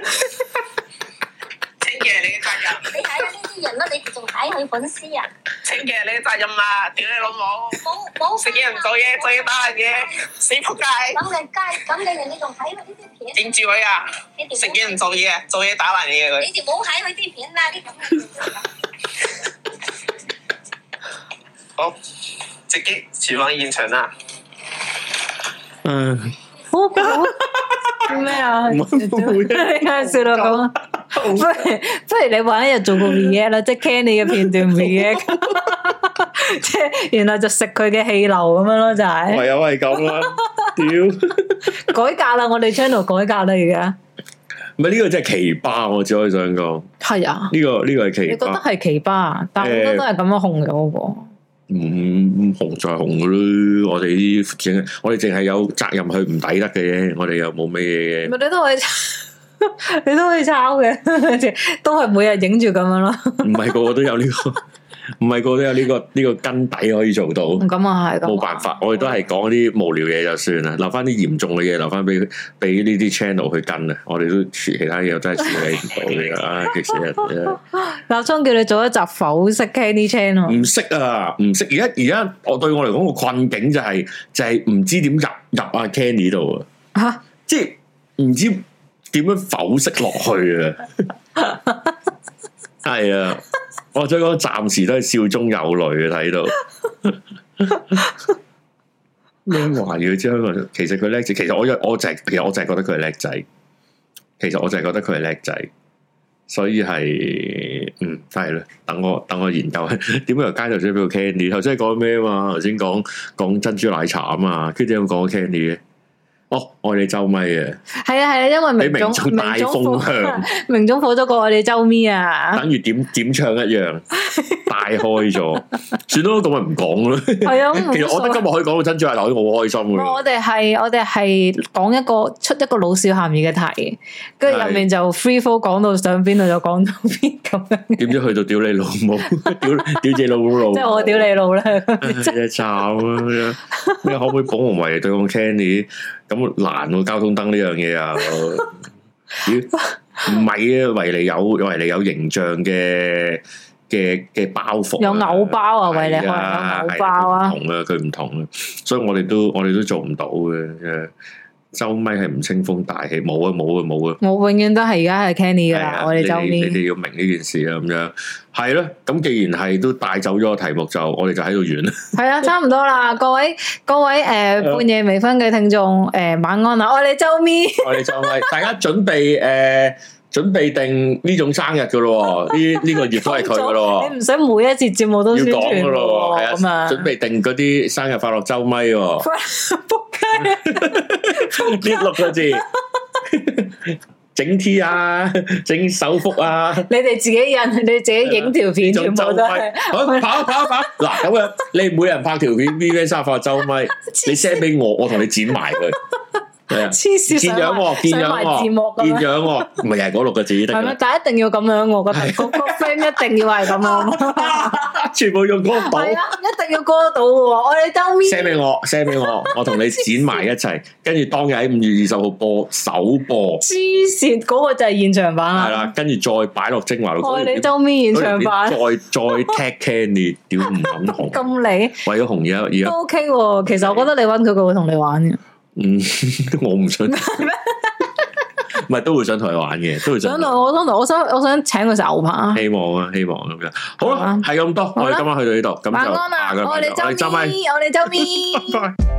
[SPEAKER 3] 清潔係你嘅責任，
[SPEAKER 4] 你睇下呢啲人啦，你仲睇佢粉絲啊？
[SPEAKER 3] 清潔係你嘅責任啊！屌你老母！
[SPEAKER 4] 冇冇啊
[SPEAKER 3] 食嘢唔做嘢，做嘢打人嘢，死仆街！
[SPEAKER 4] 咁你街，咁你哋你仲睇佢呢啲片？
[SPEAKER 3] 點住佢啊！
[SPEAKER 4] 你哋
[SPEAKER 3] 食
[SPEAKER 4] 冇
[SPEAKER 3] 嘢唔做嘢，做嘢打爛嘢
[SPEAKER 4] 你
[SPEAKER 3] 佢。
[SPEAKER 4] 哋冇睇佢啲片啦，啲咁嘅。
[SPEAKER 3] 好，直接前往現場啦！
[SPEAKER 2] 嗯，
[SPEAKER 1] [LAUGHS] 好好咩啊？
[SPEAKER 2] 唔係冇嘢
[SPEAKER 1] 點解笑到咁啊？ [LAUGHS] 不如不如你揾一日做個 react 啦，即係 Kenny 嘅片段 react，即係然後就食佢嘅氣流咁樣咯，就係
[SPEAKER 2] 唯有係咁 [LAUGHS] 啦，屌。
[SPEAKER 1] 改革啦，我哋 channel 改革啦，而家
[SPEAKER 2] 唔係呢個真係奇葩，我只可以想講
[SPEAKER 1] 係啊，
[SPEAKER 2] 呢、個呢、個係奇
[SPEAKER 1] 你覺得
[SPEAKER 2] 葩，
[SPEAKER 1] 係奇葩，但係好多都係咁樣紅嘅嗰個。
[SPEAKER 2] 唔、嗯、紅在紅嘅咯。我哋啲淨係我哋淨係有責任去唔抵得嘅啫，我哋又冇咩嘢嘅。
[SPEAKER 1] 咪你都可以， [LAUGHS] 你都可以抄嘅， [LAUGHS] 都係每日影住咁樣咯。
[SPEAKER 2] 唔係個個都有呢、個，唔係個個都有呢、個呢、個根底可以做到。
[SPEAKER 1] 咁啊係，咁啊
[SPEAKER 2] 冇辦法，我哋都係講啲無聊嘢就算啦，留翻啲嚴重嘅嘢，留翻俾俾呢啲 channel 去跟啊！我哋都處其他嘢真係處理唔到嘅，唉，激死人！真係
[SPEAKER 1] 立聰叫你做一集剖析 Kenny Channel。
[SPEAKER 2] 唔識啊，唔識！而家而家我對我嚟講個困境就係、就係、唔知點入入阿 Candy 度啊，
[SPEAKER 1] 吓
[SPEAKER 2] 即係唔知點樣剖析落去啊！係啊，我想講暫時都係笑中有淚啊！睇到咩話要將佢？其實佢叻仔，其實我有我就係、其實我就係覺得佢係叻仔，其實我就係覺得佢係叻仔。所以係，嗯，係啦。等我等我研究下點解由街頭水俾個 Candy。頭先講咩啊嘛？頭先講講珍珠奶茶啊嘛，跟住有冇講 Candy 嘅？哦，愛你周咪嘅，
[SPEAKER 1] 係啊係啊，因為明
[SPEAKER 2] 俾
[SPEAKER 1] 總
[SPEAKER 2] 明眾大風啊向，
[SPEAKER 1] [LAUGHS] 明總火咗個我哋周咪啊，
[SPEAKER 2] 等於點點唱一樣，大開咗。算咯，咁咪唔講
[SPEAKER 1] [LAUGHS]
[SPEAKER 2] 啦。
[SPEAKER 1] 係啊，
[SPEAKER 2] [LAUGHS] 其實我覺得今日可以講到珍珠奶茶，我好開心
[SPEAKER 1] 唔
[SPEAKER 2] 嘅。
[SPEAKER 1] 我哋係我哋係講一個出一個老少咸宜嘅題，跟住入面就 free flow 講到上邊度就講到邊咁樣，
[SPEAKER 2] 點知去到屌你老母，屌屌你老母，
[SPEAKER 1] 即係我屌你老啦，
[SPEAKER 2] 真係慘啊！你可唔可以保紅圍嚟對抗 Candy？咁難喎，交通燈呢樣嘢啊！咦唔係啊，維尼有維尼有形象嘅嘅嘅包袱啊，
[SPEAKER 1] 有藕包啊維尼可能有
[SPEAKER 2] 係啊
[SPEAKER 1] 藕包啊
[SPEAKER 2] 係佢唔同啊，佢唔同啊，所以我哋都我哋都做唔到嘅。周咪係唔清風大氣，冇啊冇啊冇啊！
[SPEAKER 1] 我永遠都係而家係 Kenny 噶
[SPEAKER 2] 係啊
[SPEAKER 1] 啦，我哋
[SPEAKER 2] 你
[SPEAKER 1] 周
[SPEAKER 2] 你
[SPEAKER 1] 邊
[SPEAKER 2] 哋要明呢件事啊，咁樣係咯。咁既然係都帶走咗個題目，就我哋就喺度完啦。
[SPEAKER 1] 係啊，差唔多啦，各位各位诶，
[SPEAKER 2] 啊
[SPEAKER 1] 半夜未瞓嘅聽眾诶，晚安啦，我哋周咪，
[SPEAKER 2] 我哋就咪大家準備诶，准备定呢種生日噶
[SPEAKER 1] [LAUGHS]
[SPEAKER 2] 咯喎，呢呢個月都係佢噶咯
[SPEAKER 1] 你唔使每一節節目都
[SPEAKER 2] 喎，要
[SPEAKER 1] 宣
[SPEAKER 2] 講
[SPEAKER 1] 傳
[SPEAKER 2] 噶咯喎，
[SPEAKER 1] 喎
[SPEAKER 2] 係
[SPEAKER 1] 咁
[SPEAKER 2] 啊，
[SPEAKER 1] 啊，
[SPEAKER 2] 準備定嗰啲生日快樂周咪喎，
[SPEAKER 1] [LAUGHS] 仆街啊！
[SPEAKER 2] [LAUGHS] 呢六個字。 [LAUGHS] 整 T 啊，整手幅
[SPEAKER 1] [LAUGHS]
[SPEAKER 2] 啊，
[SPEAKER 1] 你哋自己印，你哋自己影條片，全
[SPEAKER 2] 仲
[SPEAKER 1] 部
[SPEAKER 2] 周
[SPEAKER 1] 都係
[SPEAKER 2] 咪，
[SPEAKER 1] [LAUGHS]
[SPEAKER 2] 好跑跑跑，嗱咁樣，你每人拍條片 V V 沙發周
[SPEAKER 1] [LAUGHS]
[SPEAKER 2] 咪，你 send 俾我，我同你剪埋佢，
[SPEAKER 1] [LAUGHS]
[SPEAKER 2] 係啊。
[SPEAKER 1] 黐線
[SPEAKER 2] 見
[SPEAKER 1] 上
[SPEAKER 2] 樣喎，見樣
[SPEAKER 1] 埋字幕
[SPEAKER 2] 喎，
[SPEAKER 1] 咁
[SPEAKER 2] 見
[SPEAKER 1] 樣。
[SPEAKER 2] 樣喎，唔係又係嗰六個字得
[SPEAKER 1] 係
[SPEAKER 2] 㗎
[SPEAKER 1] 咩
[SPEAKER 2] 啦？
[SPEAKER 1] 但一定要咁樣喎，個個個 friend 一定要係咁樣，
[SPEAKER 2] [LAUGHS] 全部用嗰個
[SPEAKER 1] 係
[SPEAKER 2] 簿
[SPEAKER 1] 啊，一定要過得到喎。我哋周咪
[SPEAKER 2] send 俾我，send
[SPEAKER 1] [LAUGHS]
[SPEAKER 2] 俾我，我同你剪埋一齊，跟住當日喺五月二十號播首播，
[SPEAKER 1] 黐線，嗰個就係現場版
[SPEAKER 2] 係
[SPEAKER 1] 啦。
[SPEAKER 2] 啦，跟住再擺落精華度，
[SPEAKER 1] 我
[SPEAKER 2] 嗰條
[SPEAKER 1] 哋
[SPEAKER 2] 片
[SPEAKER 1] 周咪哦現場
[SPEAKER 2] 嗰
[SPEAKER 1] 版
[SPEAKER 2] 條片再再 tag
[SPEAKER 1] [LAUGHS]
[SPEAKER 2] Candy，屌唔肯紅，
[SPEAKER 1] 咁你
[SPEAKER 2] 為咗紅而家而
[SPEAKER 1] 都
[SPEAKER 2] 家，
[SPEAKER 1] OK 喎。其實我覺得你揾佢，佢會同你玩嘅。
[SPEAKER 2] 嗯， [LAUGHS] 我唔想， [LAUGHS] 唔係都會想同佢玩嘅，都會想
[SPEAKER 1] 想。到我想到我想我想請佢食牛扒。
[SPEAKER 2] 希望啊，希望咁樣。好
[SPEAKER 1] 好
[SPEAKER 2] 啦
[SPEAKER 1] 啊，
[SPEAKER 2] 係咁多，我哋今晚去到呢度，咁
[SPEAKER 1] 晚
[SPEAKER 2] 就
[SPEAKER 1] 安
[SPEAKER 2] 下
[SPEAKER 1] 啦，
[SPEAKER 2] 個禮
[SPEAKER 1] 我
[SPEAKER 2] 拜
[SPEAKER 1] 哋
[SPEAKER 2] 我哋
[SPEAKER 1] 周
[SPEAKER 2] 周咪
[SPEAKER 1] 咪，我哋周咪。
[SPEAKER 2] 拜拜。